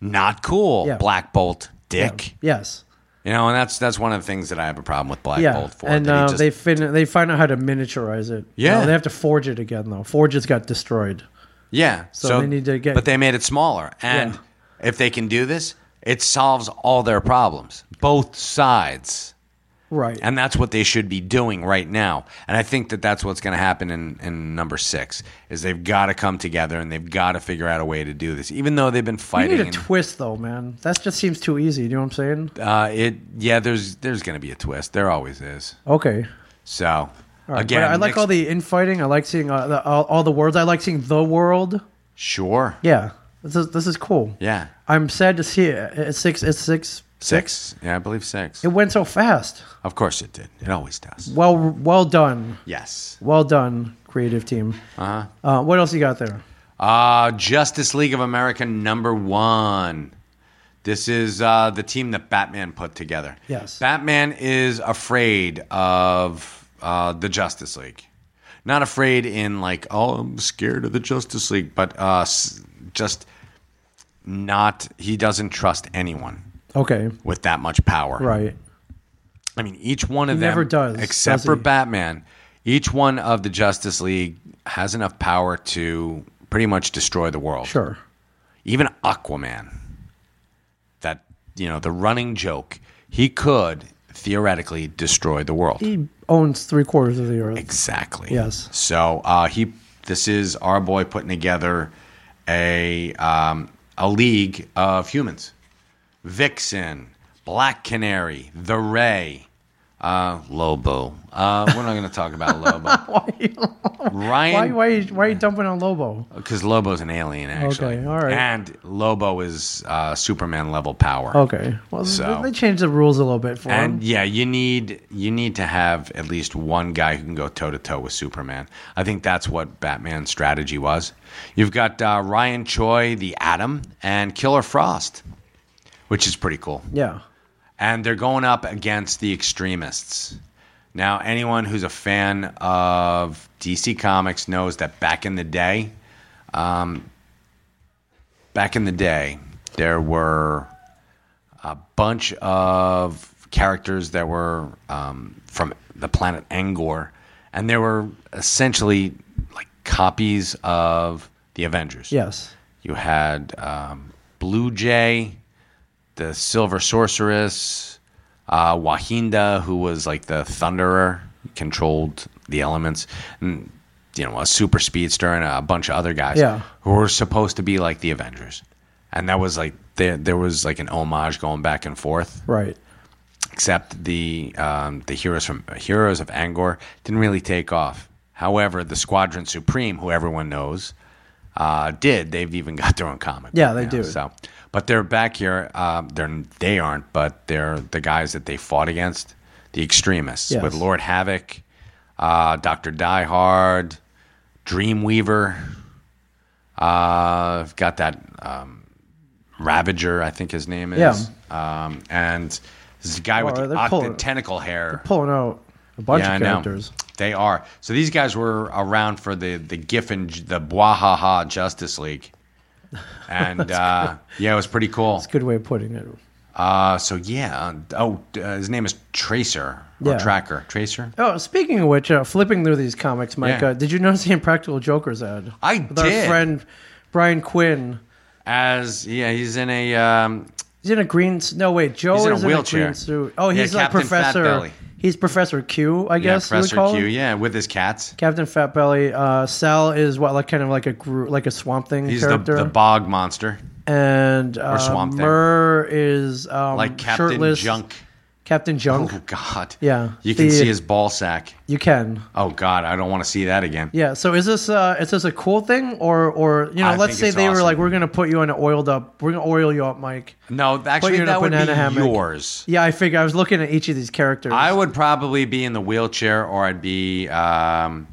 Speaker 2: not cool
Speaker 1: Yeah.
Speaker 2: Black Bolt dick
Speaker 1: Yes.
Speaker 2: You know, and that's that's one of the things that I have a problem with Black
Speaker 1: Yeah.
Speaker 2: Bolt for.
Speaker 1: and
Speaker 2: that he
Speaker 1: uh,
Speaker 2: just-
Speaker 1: they fin- they find out how to miniaturize it.
Speaker 2: Yeah.
Speaker 1: Uh, they have to forge it again though. Forges got destroyed.
Speaker 2: yeah,
Speaker 1: so they need to get-
Speaker 2: But they made it smaller, and if they can do this, it solves all their problems, both sides,
Speaker 1: Right.
Speaker 2: and that's what they should be doing right now. And I think that that's what's going to happen in in number six is they've got to come together and they've got to figure out a way to do this, even though they've been
Speaker 1: you
Speaker 2: fighting.
Speaker 1: need a
Speaker 2: and,
Speaker 1: twist though, man. That just seems too easy. Do you know what I'm saying?
Speaker 2: uh, it yeah, there's there's going to be a twist. There always is.
Speaker 1: Okay.
Speaker 2: So
Speaker 1: All right.
Speaker 2: again,
Speaker 1: But I like
Speaker 2: next-
Speaker 1: all the infighting. I like seeing uh, the, all, all the words. I like seeing the world.
Speaker 2: sure,
Speaker 1: Yeah, this is this is cool.
Speaker 2: yeah,
Speaker 1: I'm sad to see it. It's six. It's six.
Speaker 2: six, yeah, I believe six.
Speaker 1: It went so fast.
Speaker 2: Of course it did. It always does.
Speaker 1: Well, well done.
Speaker 2: Yes.
Speaker 1: Well done, creative team. Uh-huh. Uh, what else you got there?
Speaker 2: Uh, Justice League of America number one. This is uh, the team that Batman put together.
Speaker 1: Yes.
Speaker 2: Batman is afraid of uh, the Justice League. Not afraid in like, oh, I'm scared of the Justice League, but uh, s- just not, he doesn't trust anyone
Speaker 1: Okay,
Speaker 2: with that much power.
Speaker 1: right.
Speaker 2: I mean, each one of them
Speaker 1: never does,
Speaker 2: except
Speaker 1: does
Speaker 2: for
Speaker 1: he?
Speaker 2: Batman. Each one of the Justice League has enough power to pretty much destroy the world.
Speaker 1: Sure.
Speaker 2: Even Aquaman, that you know, the running joke, he could theoretically destroy the world.
Speaker 1: He owns three quarters of the earth.
Speaker 2: Exactly.
Speaker 1: Yes.
Speaker 2: So uh, he, this is our boy putting together a um, a league of humans: Vixen, Black Canary, the Ray, uh, Lobo. Uh, we're not going to talk about Lobo.
Speaker 1: Why?
Speaker 2: Ryan,
Speaker 1: Why? you- Why are you dumping on Lobo?
Speaker 2: because Lobo's an alien, actually.
Speaker 1: Okay, all right.
Speaker 2: And Lobo is uh, Superman level power.
Speaker 1: Okay. Well,
Speaker 2: So-
Speaker 1: they changed the rules a little bit for
Speaker 2: And
Speaker 1: him.
Speaker 2: yeah, you need you need to have at least one guy who can go toe to toe with Superman. I think that's what Batman's strategy was. You've got uh, Ryan Choi, the Atom, and Killer Frost, which is pretty cool.
Speaker 1: Yeah.
Speaker 2: And they're going up against the extremists. Now, anyone who's a fan of DC Comics knows that back in the day, um, back in the day, there were bunch of characters that were um, from the planet Angor, and they were essentially like copies of the Avengers.
Speaker 1: Yes.
Speaker 2: You had um, Blue Jay, the Silver Sorceress, uh, Wahinda, who was like the Thunderer, controlled the elements, and you know a super speedster and a bunch of other guys
Speaker 1: Yeah.
Speaker 2: who were supposed to be like the Avengers, and that was like there there was like an homage going back and forth
Speaker 1: Right.
Speaker 2: except the um, the heroes from heroes of Angor didn't really take off. However, the Squadron Supreme, who everyone knows, uh, did. They've even got their own comic.
Speaker 1: Yeah,
Speaker 2: book
Speaker 1: they
Speaker 2: now,
Speaker 1: do.
Speaker 2: So, but they're back here. Uh, they're they aren't, but they're the guys that they fought against, the extremists
Speaker 1: Yes.
Speaker 2: with Lord Havoc, uh, Doctor Diehard, Dreamweaver. Uh, I've got that um, Ravager, I think his name is. Um, and This is the guy with
Speaker 1: Alright,
Speaker 2: the
Speaker 1: Oh, they're pulling-
Speaker 2: octant tentacle hair.
Speaker 1: Pulling out a bunch
Speaker 2: Yeah, I
Speaker 1: of
Speaker 2: know.
Speaker 1: characters.
Speaker 2: They are. So these guys were around for the the Giffen the Bwahaha Justice League, and uh, yeah, it was pretty cool.
Speaker 1: Good way of putting it.
Speaker 2: Uh, so yeah. Oh, uh, his name is Tracer or
Speaker 1: Yeah.
Speaker 2: Tracker. Tracer.
Speaker 1: Oh, speaking of which, uh, flipping through these comics, Mike,
Speaker 2: Yeah.
Speaker 1: uh, did you notice the Impractical Jokers ad?
Speaker 2: I
Speaker 1: With
Speaker 2: did.
Speaker 1: Our friend Brian Quinn.
Speaker 2: As yeah, he's in a um,
Speaker 1: He's in a green. s- No wait, Joe
Speaker 2: He's in a
Speaker 1: is
Speaker 2: wheelchair.
Speaker 1: green suit. Oh,
Speaker 2: Yeah,
Speaker 1: he's like
Speaker 2: Captain
Speaker 1: Professor.
Speaker 2: Fatbelly.
Speaker 1: He's Professor Q, I
Speaker 2: yeah,
Speaker 1: guess you would
Speaker 2: Professor
Speaker 1: call
Speaker 2: Q.
Speaker 1: him.
Speaker 2: Yeah, with his cats.
Speaker 1: Captain Fatbelly. Uh, Sal is what like kind of like a gro- like a Swamp Thing
Speaker 2: He's the,
Speaker 1: character.
Speaker 2: the bog monster,
Speaker 1: and uh,
Speaker 2: Swamp Thing.
Speaker 1: Murr is um,
Speaker 2: like Captain
Speaker 1: shirtless.
Speaker 2: Junk.
Speaker 1: Captain Junk.
Speaker 2: Oh God.
Speaker 1: Yeah,
Speaker 2: You can
Speaker 1: the-
Speaker 2: see his ball sack.
Speaker 1: You can.
Speaker 2: Oh God, I don't want to see that again.
Speaker 1: Yeah. So is this uh, is this a cool thing or or you know
Speaker 2: I
Speaker 1: let's
Speaker 2: think
Speaker 1: say
Speaker 2: it's
Speaker 1: they were
Speaker 2: awesome.
Speaker 1: like we're gonna put you in an oiled up we're gonna oil you up Mike.
Speaker 2: No, actually,
Speaker 1: you're in a
Speaker 2: that would be
Speaker 1: banana hammock.
Speaker 2: yours.
Speaker 1: Yeah, I figure I was looking at each of these characters.
Speaker 2: I would probably be in the wheelchair, or I'd be. Um,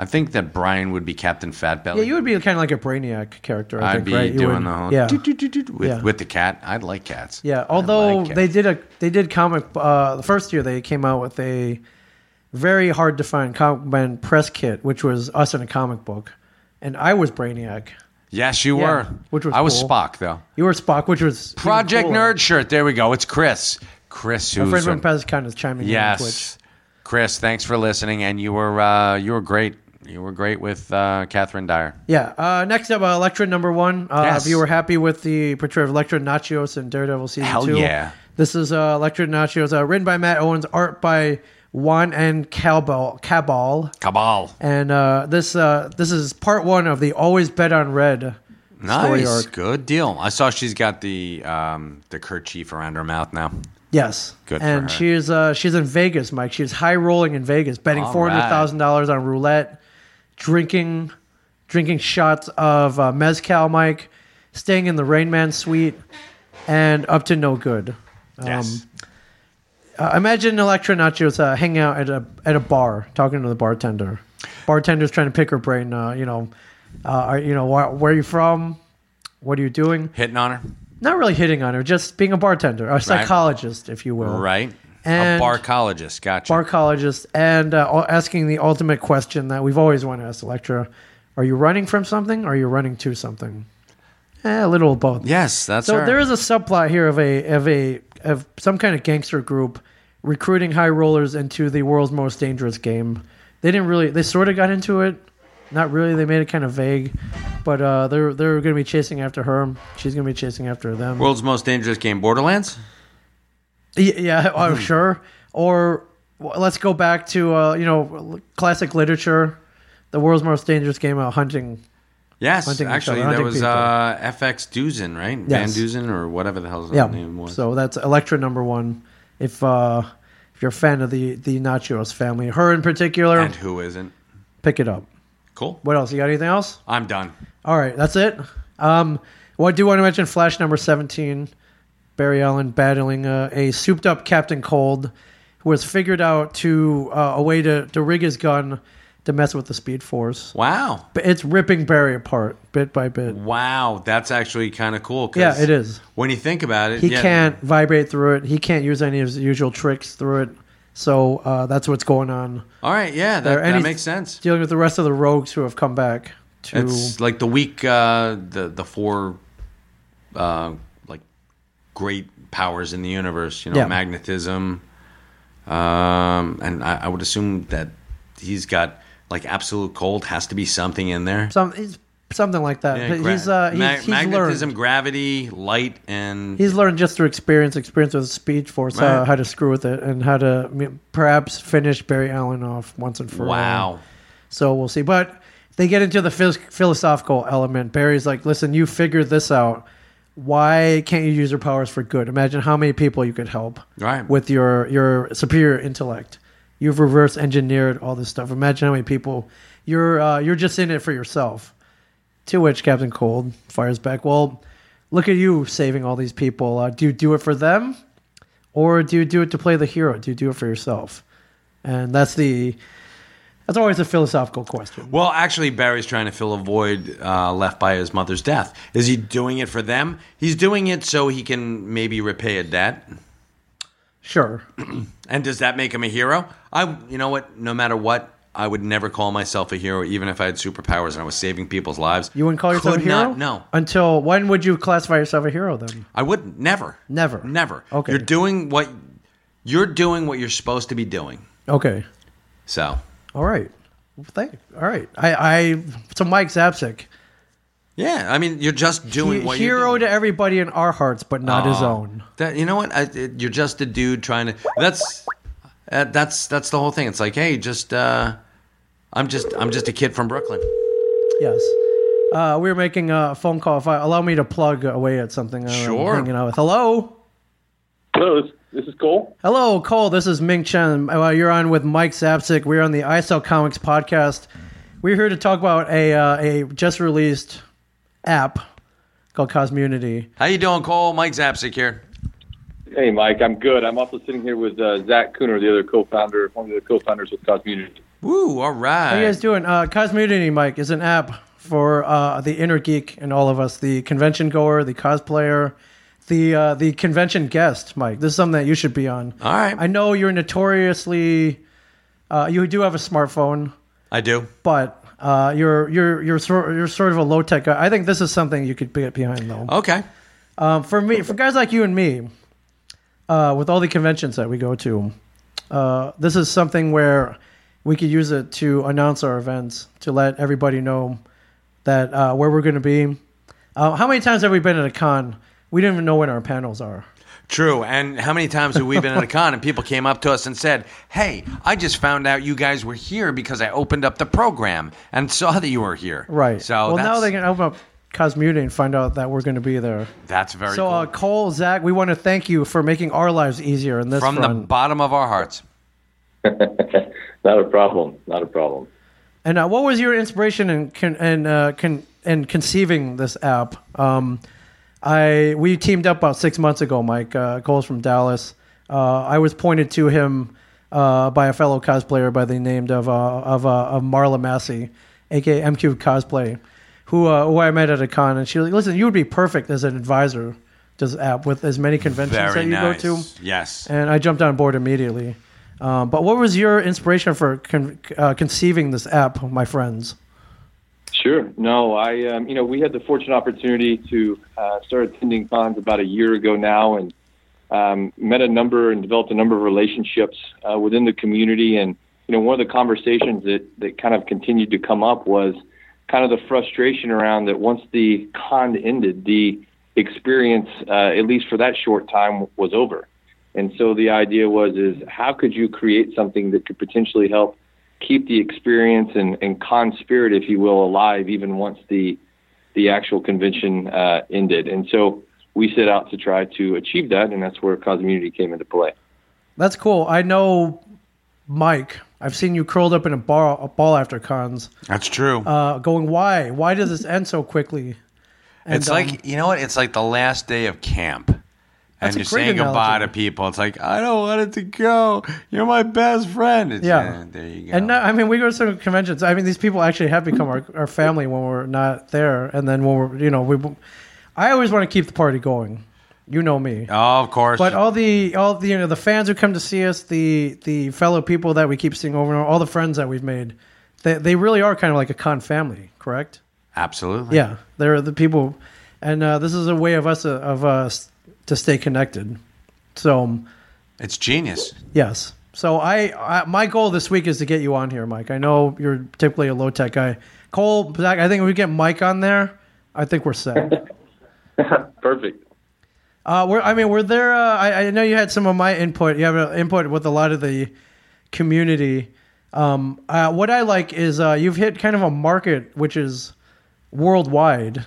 Speaker 2: I think that Brian would be Captain Fatbelly.
Speaker 1: yeah, you would be kind of like a brainiac character. I
Speaker 2: I'd
Speaker 1: think,
Speaker 2: be
Speaker 1: right? You
Speaker 2: doing
Speaker 1: would-
Speaker 2: the whole
Speaker 1: yeah.
Speaker 2: doo- doo- doo- doo with,
Speaker 1: Yeah.
Speaker 2: with the cat. I like cats.
Speaker 1: Yeah,
Speaker 2: I
Speaker 1: although
Speaker 2: like cats.
Speaker 1: they did a they did comic uh, the first year they came out with a very hard to find comic man press kit, which was us in a comic book, and I was Brainiac.
Speaker 2: yes, you
Speaker 1: Yeah,
Speaker 2: were.
Speaker 1: which was
Speaker 2: I was
Speaker 1: cool.
Speaker 2: Spock though.
Speaker 1: You were Spock, which was even
Speaker 2: Project
Speaker 1: cooler.
Speaker 2: Nerd shirt. There we go. It's Chris. Chris,
Speaker 1: My friend
Speaker 2: who's
Speaker 1: from
Speaker 2: from,
Speaker 1: Pez kind of chiming in on Twitch.
Speaker 2: yes, Chris. Thanks for listening, and you were uh, you were great. You were great with uh, Catherine Dyer.
Speaker 1: Yeah. Uh, next up, uh, Electra number one. Uh,
Speaker 2: Yes.
Speaker 1: If you were happy with the portrayal of Electra Nachios in Daredevil season
Speaker 2: Hell
Speaker 1: two,
Speaker 2: yeah.
Speaker 1: This is uh, Electra Nachios, uh, written by Matt Owens, art by Juan and Cabal. Cabal.
Speaker 2: Cabal.
Speaker 1: And uh, this uh, this is part one of the Always Bet on Red story
Speaker 2: Nice,
Speaker 1: arc.
Speaker 2: good deal. I saw she's got the um, the kerchief around her mouth now.
Speaker 1: Yes.
Speaker 2: Good for her.
Speaker 1: And she's uh, she's in Vegas, Mike. She's high rolling in Vegas, betting
Speaker 2: All
Speaker 1: four hundred thousand dollars on roulette, drinking drinking shots of uh, mezcal, Mike, staying in the Rain Man suite, and up to no good.
Speaker 2: Yes.
Speaker 1: Uh, imagine Electra Nachos uh, hanging out at a at a bar, talking to the bartender. Bartender's trying to pick her brain. Uh, you know, uh, are- you know wh- where are you from? What are you doing?
Speaker 2: Hitting on her,
Speaker 1: Not really hitting on her, just being a bartender, a psychologist, if you will.
Speaker 2: right?
Speaker 1: And-
Speaker 2: a barcologist. Gotcha.
Speaker 1: Barcologist, and uh, all- asking the ultimate question that we've always wanted to ask Electra: Are you running from something? Or are you running to something? Eh, a little of both.
Speaker 2: yes, that's
Speaker 1: So
Speaker 2: her.
Speaker 1: there is a subplot here of a of a of some kind of gangster group recruiting high rollers into the world's most dangerous game. They didn't really. They sort of got into it. Not really. They made it kind of vague. But uh, they're they're going to be chasing after her. She's going to be chasing after them.
Speaker 2: World's most dangerous game, Borderlands.
Speaker 1: Y- yeah, oh, I'm sure. Or w- let's go back to uh, you know l- classic literature, the world's most dangerous game of hunting.
Speaker 2: Yes,
Speaker 1: Hunting each
Speaker 2: actually,
Speaker 1: other,
Speaker 2: that
Speaker 1: hunting
Speaker 2: was
Speaker 1: people.
Speaker 2: uh, FX Dusen, right?
Speaker 1: Yes.
Speaker 2: Van Dusen or whatever the hell his
Speaker 1: Yeah.
Speaker 2: name was.
Speaker 1: So that's Electra number one. If uh, if you're a fan of the the Nachos family, her in particular,
Speaker 2: and who isn't?
Speaker 1: pick it up.
Speaker 2: Cool.
Speaker 1: What else? You got anything else?
Speaker 2: I'm done.
Speaker 1: All right, that's it. Um, well, I do want to mention Flash number 17, Barry Allen battling uh, a souped up Captain Cold who has figured out to uh, a way to, to rig his gun to mess with the Speed Force.
Speaker 2: Wow,
Speaker 1: But it's ripping Barry apart bit by bit.
Speaker 2: wow, that's actually kind of cool. Mm, 'cause
Speaker 1: Yeah, it is.
Speaker 2: When you think about it,
Speaker 1: He
Speaker 2: yeah,
Speaker 1: can't vibrate through it, he can't use any of his usual tricks through it. So uh, that's what's going on.
Speaker 2: All right, yeah, that,
Speaker 1: There any-
Speaker 2: that makes sense.
Speaker 1: Dealing with the rest of the rogues who have come back to.
Speaker 2: It's like the week, uh, the the four, uh, like great powers in the universe. You know,
Speaker 1: Yeah.
Speaker 2: magnetism, um, and I, I would assume that he's got like absolute cold has to be something in there.
Speaker 1: some, it's something like that.
Speaker 2: Yeah,
Speaker 1: But
Speaker 2: gra-
Speaker 1: he's, uh, he's,
Speaker 2: ma-
Speaker 1: he's learned.
Speaker 2: magnetism, gravity, light, and
Speaker 1: He's learned just through experience, experience with speed force, how,
Speaker 2: Right.
Speaker 1: how to screw with it, and how to I mean, perhaps finish Barry Allen off once and for all.
Speaker 2: wow.
Speaker 1: So we'll see. But they get into the phys- philosophical element. Barry's like, listen, you figured this out. Why can't you use your powers for good? Imagine how many people you could help
Speaker 2: Right.
Speaker 1: with your, your superior intellect. You've reverse engineered all this stuff. Imagine how many people you're uh, you're just in it for yourself. To which Captain Cold fires back, "Well, look at you saving all these people. Uh, do you do it for them, or do you do it to play the hero? Do you do it for yourself?" And that's the that's always a philosophical question.
Speaker 2: Well, actually, Barry's trying to fill a void uh, left by his mother's death. Is he doing it for them? He's doing it so he can maybe repay a debt.
Speaker 1: Sure.
Speaker 2: And does that make him a hero? I, you know what? No matter what, I would never call myself a hero, even if I had superpowers and I was saving people's lives.
Speaker 1: You wouldn't call yourself a
Speaker 2: Could
Speaker 1: hero?
Speaker 2: Not, no,
Speaker 1: Until when would you classify yourself a hero then?
Speaker 2: I wouldn't. Never.
Speaker 1: Never.
Speaker 2: Never.
Speaker 1: Okay.
Speaker 2: You're doing what you're doing what you're supposed to be doing.
Speaker 1: Okay.
Speaker 2: So
Speaker 1: All right. Well, Thank. All right. I. I. So Mike Zapsik,
Speaker 2: yeah, I mean, you're just doing
Speaker 1: he-
Speaker 2: what Ah.
Speaker 1: hero
Speaker 2: you're doing.
Speaker 1: to everybody in our hearts, but not his own.
Speaker 2: That you know what? I, it, you're just a dude trying to. That's uh, that's that's the whole thing. It's like, hey, just uh, I'm just I'm just a kid from Brooklyn.
Speaker 1: Yes. Uh, we were making a phone call. If I allow me to plug away at something, uh,
Speaker 2: Sure.
Speaker 1: I'm hanging out with. Hello.
Speaker 3: Hello, this, this is Cole.
Speaker 1: Hello, Cole. This is Ming Chen. Uh, you're on with Mike Zapsik. We're on the ISO Comics podcast. We're here to talk about a uh, a just released app called Cosmunity.
Speaker 2: How you doing, Cole? Mike Zapsik here.
Speaker 3: Hey, Mike, I'm good. I'm also sitting here with uh, Zach Cooner, the other co-founder, one of the co-founders with Cosmunity.
Speaker 2: Woo! All right.
Speaker 1: How you guys doing? Uh, Cosmunity, Mike, is an app for uh, the inner geek and all of us, the convention goer, the cosplayer, the uh, the convention guest, Mike. This is something that you should be on.
Speaker 2: all right.
Speaker 1: I know you're notoriously uh, you do have a smartphone.
Speaker 2: I do.
Speaker 1: but uh, you're you're you're sort you're sort of a low tech guy. I think this is something you could get behind though.
Speaker 2: Okay.
Speaker 1: Um, for me, for guys like you and me, uh, with all the conventions that we go to, uh, this is something where we could use it to announce our events to let everybody know that uh, where we're going to be. Uh, how many times have we been at a con? We didn't even know when our panels are.
Speaker 2: True. And how many times have we been at a con and people came up to us and said, Hey, I just found out you guys were here because I opened up the program and saw that you were here.
Speaker 1: Right.
Speaker 2: So
Speaker 1: well,
Speaker 2: that's,
Speaker 1: now they can open up Cosmuting and find out that we're going to be there.
Speaker 2: that's very
Speaker 1: So,
Speaker 2: cool.
Speaker 1: uh, Cole, Zach, we want to thank you for making our lives easier in this
Speaker 2: From the
Speaker 1: front.
Speaker 2: bottom of our hearts.
Speaker 3: Not a problem. Not a problem.
Speaker 1: and uh, what was your inspiration in con- in, uh, con- in conceiving this app? Um, I we teamed up about six months ago. Mike uh, Cole's from Dallas. Uh, I was pointed to him uh, by a fellow cosplayer by the name of uh, of, uh, of Marla Massey, aka MQ Cosplay, who uh, who I met at a con, and she was like, "Listen, you would be perfect as an advisor to this app with as many conventions
Speaker 2: Very
Speaker 1: that you
Speaker 2: nice.
Speaker 1: go to."
Speaker 2: Yes.
Speaker 1: and I jumped on board immediately. Um, but what was your inspiration for con- uh, conceiving this app, my friends?
Speaker 3: Sure. No, I, um, you know, we had the fortunate opportunity to uh, start attending cons about a year ago now and um, met a number and developed a number of relationships uh, within the community. And, you know, one of the conversations that, that kind of continued to come up was kind of the frustration around that once the con ended, the experience, uh, at least for that short time, was over. And so the idea was is how could you create something that could potentially help keep the experience and, and con spirit, if you will, alive even once the the actual convention uh, ended. And so we set out to try to achieve that, and that's where Cosmunity came into play.
Speaker 1: That's cool. I know Mike. I've seen you curled up in a, bar, a ball after cons,
Speaker 2: That's true.
Speaker 1: uh, going, why? Why does this end so quickly? And,
Speaker 2: it's
Speaker 1: um,
Speaker 2: like, you know what? It's like the last day of camp. And
Speaker 1: That's a
Speaker 2: you're
Speaker 1: great
Speaker 2: saying goodbye
Speaker 1: analogy.
Speaker 2: to people. It's like, I don't want it to go. You're my best friend. It's,
Speaker 1: Yeah.
Speaker 2: eh, there you go.
Speaker 1: And now, I mean, we go to some conventions. I mean, these people actually have become our, our family when we're not there. And then when we're, you know, we. I always want to keep the party going. You know me.
Speaker 2: oh, of course.
Speaker 1: But all the all the you know the fans who come to see us, the the fellow people that we keep seeing over and over, all the friends that we've made, they they really are kind of like a con family, correct?
Speaker 2: Absolutely.
Speaker 1: Yeah, they're the people, and uh, this is a way of us uh, of us to stay connected. So um,
Speaker 2: It's genius.
Speaker 1: yes, so I, I my goal this week is to get you on here, Mike. I know you're typically a low tech guy, Cole. Zach, I think if we get Mike on there, I think we're set.
Speaker 3: Perfect.
Speaker 1: Uh, we're, I mean, we're there. Uh, I, I know you had some of my input. You have uh, input with a lot of the community. Um, uh, what I like is uh, you've hit kind of a market which is worldwide.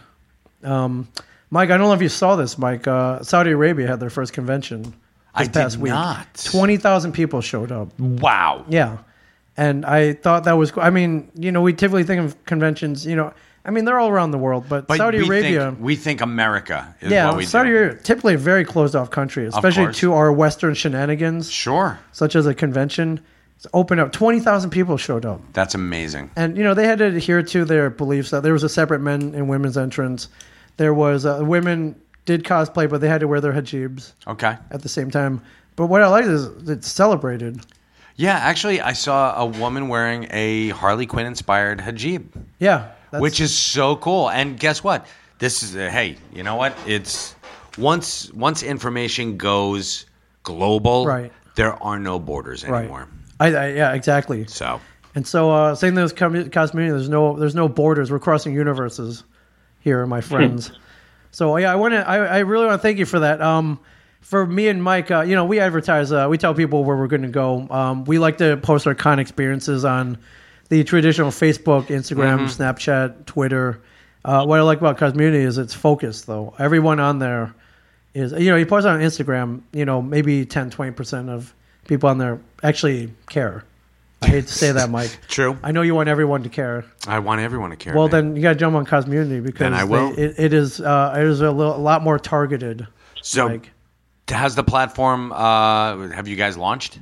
Speaker 1: Um, Mike, I don't know if you saw this, Mike. Uh, Saudi Arabia had their first convention this
Speaker 2: I did
Speaker 1: past week.
Speaker 2: not.
Speaker 1: Twenty thousand people showed up.
Speaker 2: Wow.
Speaker 1: Yeah. And I thought that was cool. I mean, you know, we typically think of conventions, you know, I mean, they're all around the world, but,
Speaker 2: But
Speaker 1: Saudi
Speaker 2: we
Speaker 1: Arabia.
Speaker 2: Think, we think America is
Speaker 1: Yeah,
Speaker 2: what we
Speaker 1: Saudi
Speaker 2: do.
Speaker 1: Arabia typically a very closed off country, especially
Speaker 2: course.
Speaker 1: to our Western shenanigans,
Speaker 2: Sure.
Speaker 1: such as a convention. It's open up. Twenty thousand people showed up,
Speaker 2: That's amazing.
Speaker 1: and you know they had to adhere to their beliefs that there was a separate men and women's entrance. There was uh, women did cosplay, but they had to wear their hijabs
Speaker 2: Okay.
Speaker 1: at the same time. But what I like is it's celebrated.
Speaker 2: Yeah, actually, I saw a woman wearing a Harley Quinn inspired hijab,
Speaker 1: Yeah. that's-
Speaker 2: which is so cool. And guess what? This is a, hey, you know what? It's once once information goes global,
Speaker 1: Right.
Speaker 2: there are no borders
Speaker 1: right.
Speaker 2: anymore.
Speaker 1: I, I, yeah, exactly.
Speaker 2: So
Speaker 1: And so, uh, same thing with com- Cosmania. There's no, there's no borders. We're crossing universes here, my friends. so yeah, I want to, I, I really want to thank you for that. Um, for me and Mike, uh, you know, we advertise, uh, we tell people where we're going to go. Um, we like to post our con experiences on the traditional Facebook, Instagram, Snapchat, Twitter. Uh, what I like about Cosmania is it's focused though. Everyone on there is, you know, you post on Instagram, you know, maybe 10, 20% of people on there actually care. I hate to say that, Mike.
Speaker 2: true.
Speaker 1: I know you want everyone to care.
Speaker 2: I want everyone to care.
Speaker 1: Well,
Speaker 2: man.
Speaker 1: then you got to jump on Cosmunity because
Speaker 2: Then I will.
Speaker 1: they- it, it is uh, it is a, little, a lot more targeted.
Speaker 2: so
Speaker 1: Like,
Speaker 2: has the platform? Uh, have you guys launched?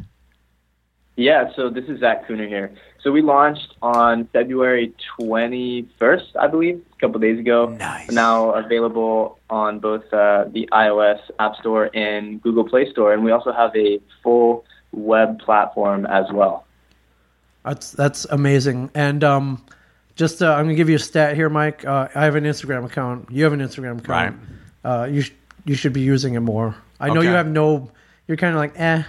Speaker 4: Yeah, so this is Zach Cooner here. So we launched on February 21st, I believe, a couple days ago.
Speaker 2: Nice.
Speaker 4: Now available on both uh, the iOS App Store and Google Play Store, and we also have a full web platform as well.
Speaker 1: that's that's amazing. And um, just uh, I'm gonna give you a stat here, Mike. Uh, I have an Instagram account. You have an Instagram account. Uh, you sh- you should be using it more. I know you
Speaker 2: Okay.
Speaker 1: have no. You're kind of like eh.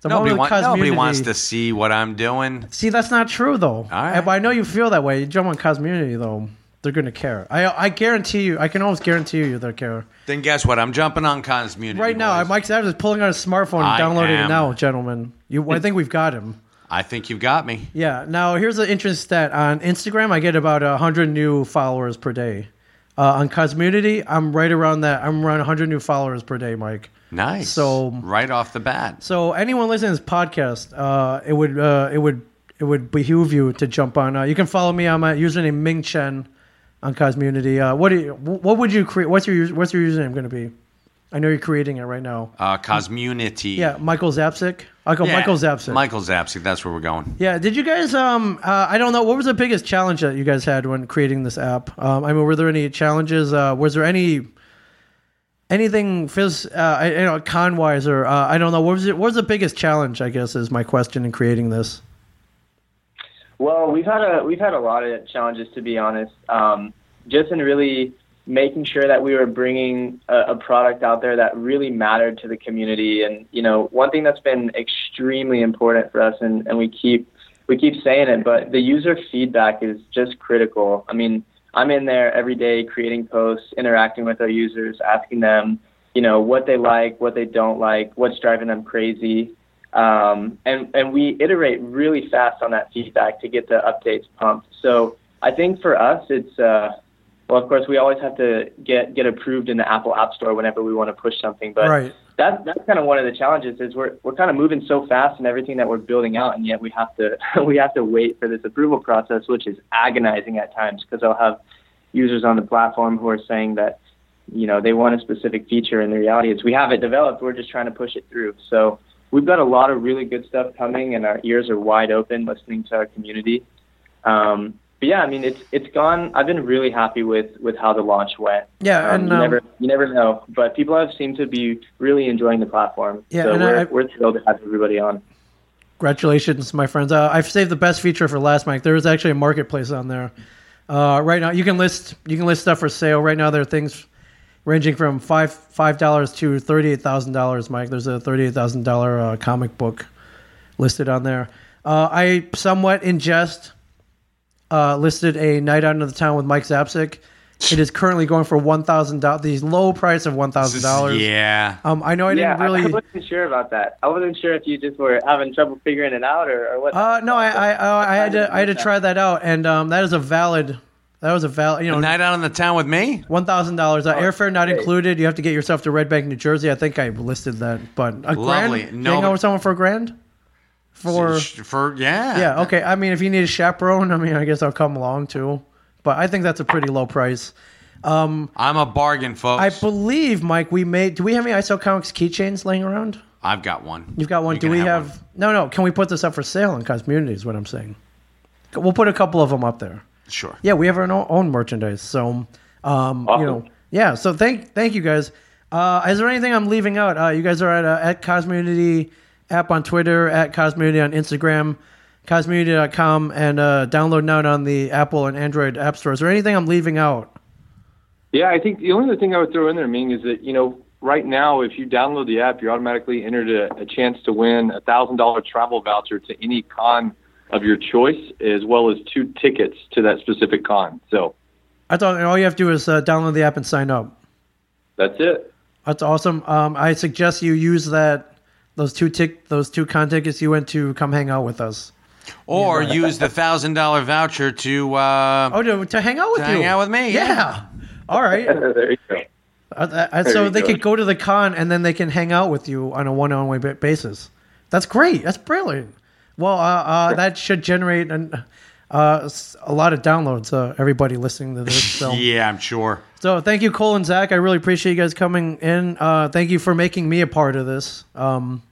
Speaker 1: So I'm
Speaker 2: Nobody,
Speaker 1: on
Speaker 2: want, nobody
Speaker 1: Cosmunity.
Speaker 2: wants to see what I'm doing.
Speaker 1: See, that's not true though.
Speaker 2: right.
Speaker 1: I, but I know you feel that way. You jump on Cosmunity though, they're gonna care. I I guarantee you. I can almost guarantee you they'll care.
Speaker 2: Then guess what? I'm jumping on Cosmunity
Speaker 1: Right now,
Speaker 2: boys.
Speaker 1: Mike Savage is pulling out his smartphone and
Speaker 2: I
Speaker 1: downloading it
Speaker 2: am.
Speaker 1: now, gentlemen. You, I think we've got him.
Speaker 2: I think you've got me.
Speaker 1: Yeah. Now, here's an interesting stat. On Instagram, I get about 100 new followers per day. Uh, on Cosmunity, I'm right around that. I'm around 100 new followers per day, Mike.
Speaker 2: Nice.
Speaker 1: So-
Speaker 2: right off the bat,
Speaker 1: So anyone listening to this podcast, uh, it would uh, it would it would behoove you to jump on. Uh, you can follow me on my username Ming Chen on Cosmunity. Uh, what do you, what would you create? What's your us- what's your username going to be? I know you're creating it right now.
Speaker 2: uh, Cosmunity.
Speaker 1: Yeah, Michael Zapsik. I go
Speaker 2: Yeah.
Speaker 1: Michael Zapsik.
Speaker 2: Michael Zapsik. That's where we're going.
Speaker 1: Yeah. Did you guys? Um. Uh, I don't know. What was the biggest challenge that you guys had when creating this app? Um. I mean, were there any challenges? Uh. Was there any anything phys? Uh. I, you know, con wise or uh, I don't know. What was it? What was the biggest challenge? I guess is my question in creating this.
Speaker 4: Well, we've had a we've had a lot of challenges to be honest. Um, just in really making sure that we were bringing a, a product out there that really mattered to the community. And you know, one thing that's been extremely important for us, and, and we keep we keep saying it, but the user feedback is just critical. I mean, I'm in there every day creating posts, interacting with our users, asking them, you know, what they like, what they don't like, what's driving them crazy um, and and we iterate really fast on that feedback to get the updates pumped. So I think for us, it's uh, well, of course, we always have to get get approved in the Apple App Store whenever we want to push something. But
Speaker 1: Right.
Speaker 4: that that's kind of one of the challenges is we're we're kind of moving so fast in everything that we're building out, and yet we have to we have to wait for this approval process, which is agonizing at times because I'll have users on the platform who are saying that you know they want a specific feature and the reality is we have it developed we're just trying to push it through so we've got a lot of really good stuff coming and our ears are wide open listening to our community um, but yeah i mean it's it's gone i've been really happy with with how the launch went
Speaker 1: Yeah,
Speaker 4: um,
Speaker 1: and,
Speaker 4: you
Speaker 1: um,
Speaker 4: never you never know but people have seemed to be really enjoying the platform
Speaker 1: Yeah,
Speaker 4: so
Speaker 1: and
Speaker 4: we're,
Speaker 1: I-
Speaker 4: we're thrilled to have everybody on
Speaker 1: Congratulations, my friends. Uh, I've saved the best feature for last, Mike. There is actually a marketplace on there. Uh, right now, you can list you can list stuff for sale. Right now, there are things ranging from five five dollars to thirty eight thousand dollars. Mike, there's a thirty eight thousand thousand dollar uh, comic book listed on there. Uh, I somewhat ingest uh, listed a night out into the town with Mike Zapsik. It is currently going for one thousand dollars. The low price of one thousand dollars.
Speaker 2: Yeah.
Speaker 1: Um, I know I
Speaker 4: yeah,
Speaker 1: didn't really.
Speaker 4: I, I wasn't sure about that. I wasn't sure if you just were having trouble figuring it out or, or what.
Speaker 1: Uh, no, I, I, I, I had to, I had to try that out, and um, that is a valid, that was a valid, you know,
Speaker 2: Night out in the town with me.
Speaker 1: one thousand dollars uh, airfare not included. You have to get yourself to Red Bank, New Jersey. I think I listed that, but a
Speaker 2: Lovely.
Speaker 1: grand, no,
Speaker 2: No,
Speaker 1: hang
Speaker 2: but-
Speaker 1: out with someone for a grand, for
Speaker 2: for yeah.
Speaker 1: yeah, okay. I mean, if you need a chaperone, I mean, I guess I'll come along too, but I think that's a pretty low price.
Speaker 2: I'm a bargain,
Speaker 1: I
Speaker 2: folks.
Speaker 1: believe, Mike, we made. Do we have any ISO Comics keychains laying around?
Speaker 2: I've got one.
Speaker 1: You've got one.
Speaker 2: You
Speaker 1: Do
Speaker 2: can
Speaker 1: we
Speaker 2: have
Speaker 1: have? No, no. Can we put this up for sale on Cosmunity? Is what I'm saying. We'll put a couple of them up there.
Speaker 2: Sure.
Speaker 1: yeah, we have our own, own merchandise. So, um, you know, yeah. So thank thank you guys. Uh, is there anything I'm leaving out? Uh, you guys are at uh, at Cosmunity app on Twitter, at Cosmunity on Instagram, cosmunity.com, and uh, download now on the Apple and Android app stores. Is there anything I'm leaving out?
Speaker 3: Yeah, I think the only other thing I would throw in there, Ming, is that you know right now, if you download the app, you're automatically entered a, a chance to win a thousand dollar travel voucher to any con of your choice, as well as two tickets to that specific con. So
Speaker 1: I thought all you have to do is uh, download the app and sign up.
Speaker 3: that's it.
Speaker 1: That's awesome. Um, I suggest you use that those two tick those two con tickets you went to come hang out with us.
Speaker 2: Or use the thousand dollar voucher to. Uh,
Speaker 1: Oh, to, to hang out with
Speaker 2: To
Speaker 1: you.
Speaker 2: hang out with me,
Speaker 1: Yeah.
Speaker 2: yeah.
Speaker 1: All right.
Speaker 3: there you go.
Speaker 1: Uh, uh, so
Speaker 3: you
Speaker 1: they
Speaker 3: go.
Speaker 1: could go to the con and then they can hang out with you on a one-on-one way ba- basis. That's great. That's brilliant. Well, uh, uh, that should generate an, uh, s- a lot of downloads. Uh, everybody listening to this. So.
Speaker 2: yeah, I'm sure.
Speaker 1: so thank you, Cole and Zach. I really appreciate you guys coming in. Uh, thank you for making me a part of this. Um,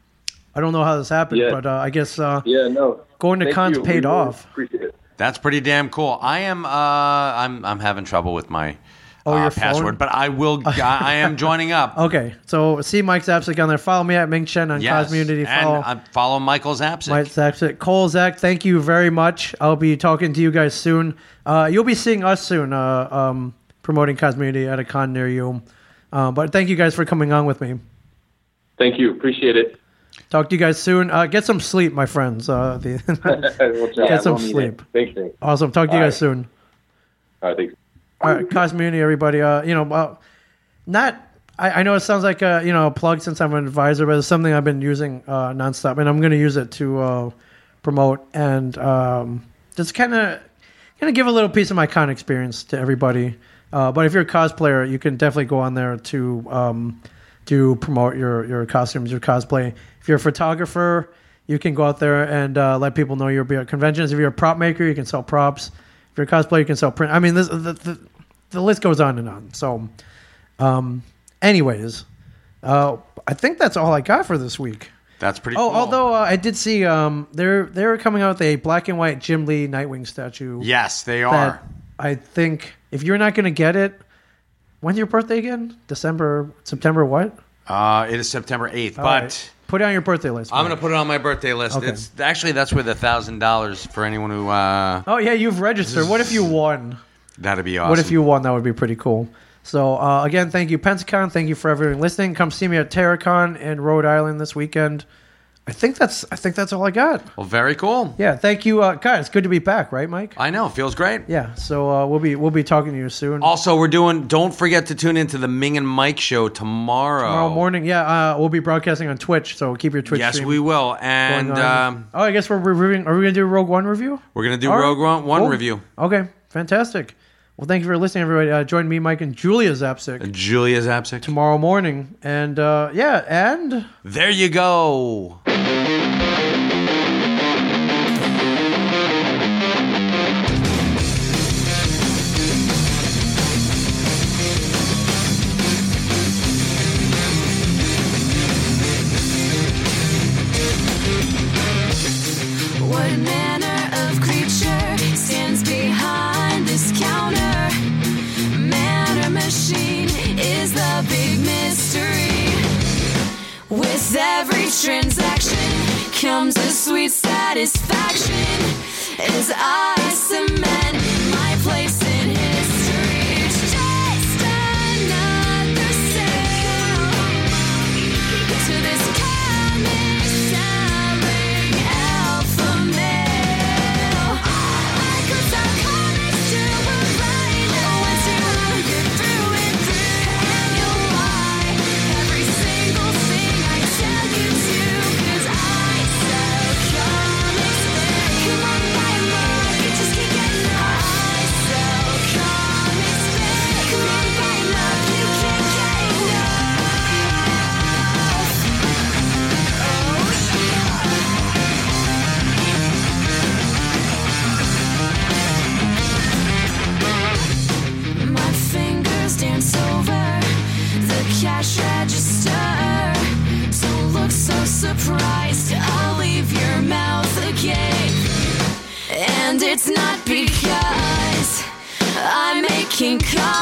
Speaker 1: I don't know how this happened,
Speaker 3: Yeah.
Speaker 1: but uh, I guess uh,
Speaker 3: Yeah, no.
Speaker 1: Going to
Speaker 3: Thank
Speaker 1: cons
Speaker 3: you.
Speaker 1: paid
Speaker 3: We really
Speaker 1: off.
Speaker 3: Appreciate it.
Speaker 2: That's pretty damn cool. I am. Uh, I'm. I'm having trouble with my.
Speaker 1: Oh,
Speaker 2: uh,
Speaker 1: your phone? Oh,
Speaker 2: password, but I will. I, I am joining up.
Speaker 1: okay. So see Mike's Zapsik on there. Follow me at Ming Chen on
Speaker 2: Yes.
Speaker 1: Cosmunity.
Speaker 2: and
Speaker 1: Follow
Speaker 2: uh, follow Michael's
Speaker 1: Mike
Speaker 2: absence.
Speaker 1: Zapsik. Cole, Zach, thank you very much. I'll be talking to you guys soon. Uh, you'll be seeing us soon uh, um, promoting Cosmunity at a con near you. Uh, but thank you guys for coming on with me.
Speaker 3: Thank you. Appreciate it.
Speaker 1: Talk to you guys soon. Uh, get some sleep, my friends. Uh, the,
Speaker 3: We'll chat.
Speaker 1: Get some
Speaker 3: We'll meet
Speaker 1: sleep.
Speaker 3: it. Thanks, Nick.
Speaker 1: awesome. Talk to you
Speaker 3: All
Speaker 1: guys
Speaker 3: right.
Speaker 1: soon.
Speaker 3: All right, thanks.
Speaker 1: All right, Cosmunity, everybody. Uh, you know, uh, not. I, I know it sounds like a you know a plug since I'm an advisor, but it's something I've been using uh, nonstop, and I'm going to use it to uh, promote and um, just kind of kind of give a little piece of my con experience to everybody. Uh, but if you're a cosplayer, you can definitely go on there to um, to promote your your costumes, your cosplay. If you're a photographer, you can go out there and uh, let people know you'll be at conventions. If you're a prop maker, you can sell props. If you're a cosplayer, you can sell print. I mean, this the, the, the list goes on and on. So, um, anyways, uh, I think that's all I got for this week.
Speaker 2: That's pretty.
Speaker 1: Oh,
Speaker 2: cool.
Speaker 1: although uh, I did see um, they're they're coming out with a black and white Jim Lee Nightwing statue.
Speaker 2: yes, they are.
Speaker 1: that I think if you're not going to get it, when's your birthday again? December, September, what?
Speaker 2: Uh, it is September eighth,
Speaker 1: All
Speaker 2: but.
Speaker 1: right. put it on your birthday list.
Speaker 2: I'm gonna put it on my birthday list.
Speaker 1: Okay.
Speaker 2: It's actually that's where the thousand dollars for anyone who uh,
Speaker 1: Oh yeah, you've registered. What if you won?
Speaker 2: that'd be awesome.
Speaker 1: What if you won? That would be pretty cool. So uh, again, thank you, Pensacon. Thank you for everyone listening. Come see me at Terracon in Rhode Island this weekend. I think that's I think that's all I got.
Speaker 2: Well, very cool.
Speaker 1: Yeah, thank you, uh, guys. Good to be back, right, Mike?
Speaker 2: I know. Feels great.
Speaker 1: Yeah. So uh, we'll be we'll be talking to you soon.
Speaker 2: Also, we're doing. Don't forget to tune into the Ming and Mike show tomorrow.
Speaker 1: Tomorrow morning. Yeah, uh, we'll be broadcasting on Twitch. So keep your Twitch.
Speaker 2: Yes,
Speaker 1: stream
Speaker 2: we will,
Speaker 1: going
Speaker 2: and
Speaker 1: on.
Speaker 2: um,
Speaker 1: oh, I guess we're reviewing. Are we gonna do a Rogue One review?
Speaker 2: we're gonna do
Speaker 1: All right.
Speaker 2: Rogue One, one
Speaker 1: Cool.
Speaker 2: review.
Speaker 1: Okay, fantastic. Well, thank you for listening, everybody. Uh, join me, Mike, and Julia Zapsik
Speaker 2: Julia Zapsik.
Speaker 1: tomorrow morning. And uh, yeah, and.
Speaker 2: There you go.
Speaker 5: What manner of creature stands behind this counter? Man or machine is the big mystery. With every transaction comes a sweet satisfaction as I cement my place in history. It's just another sale to this comic-selling alpha male. I could sell comics to a rhino and to through and through, and you'll lie every single thing I tell you to, 'cause I sell comics. Come on, buy more, you just can't get enough. I sell comics. Come on, buy more, you can't get enough. My fingers dance over the cash register. Don't look so surprised. I'll leave your mouth agape. And it's not because I'm making copies. Oh,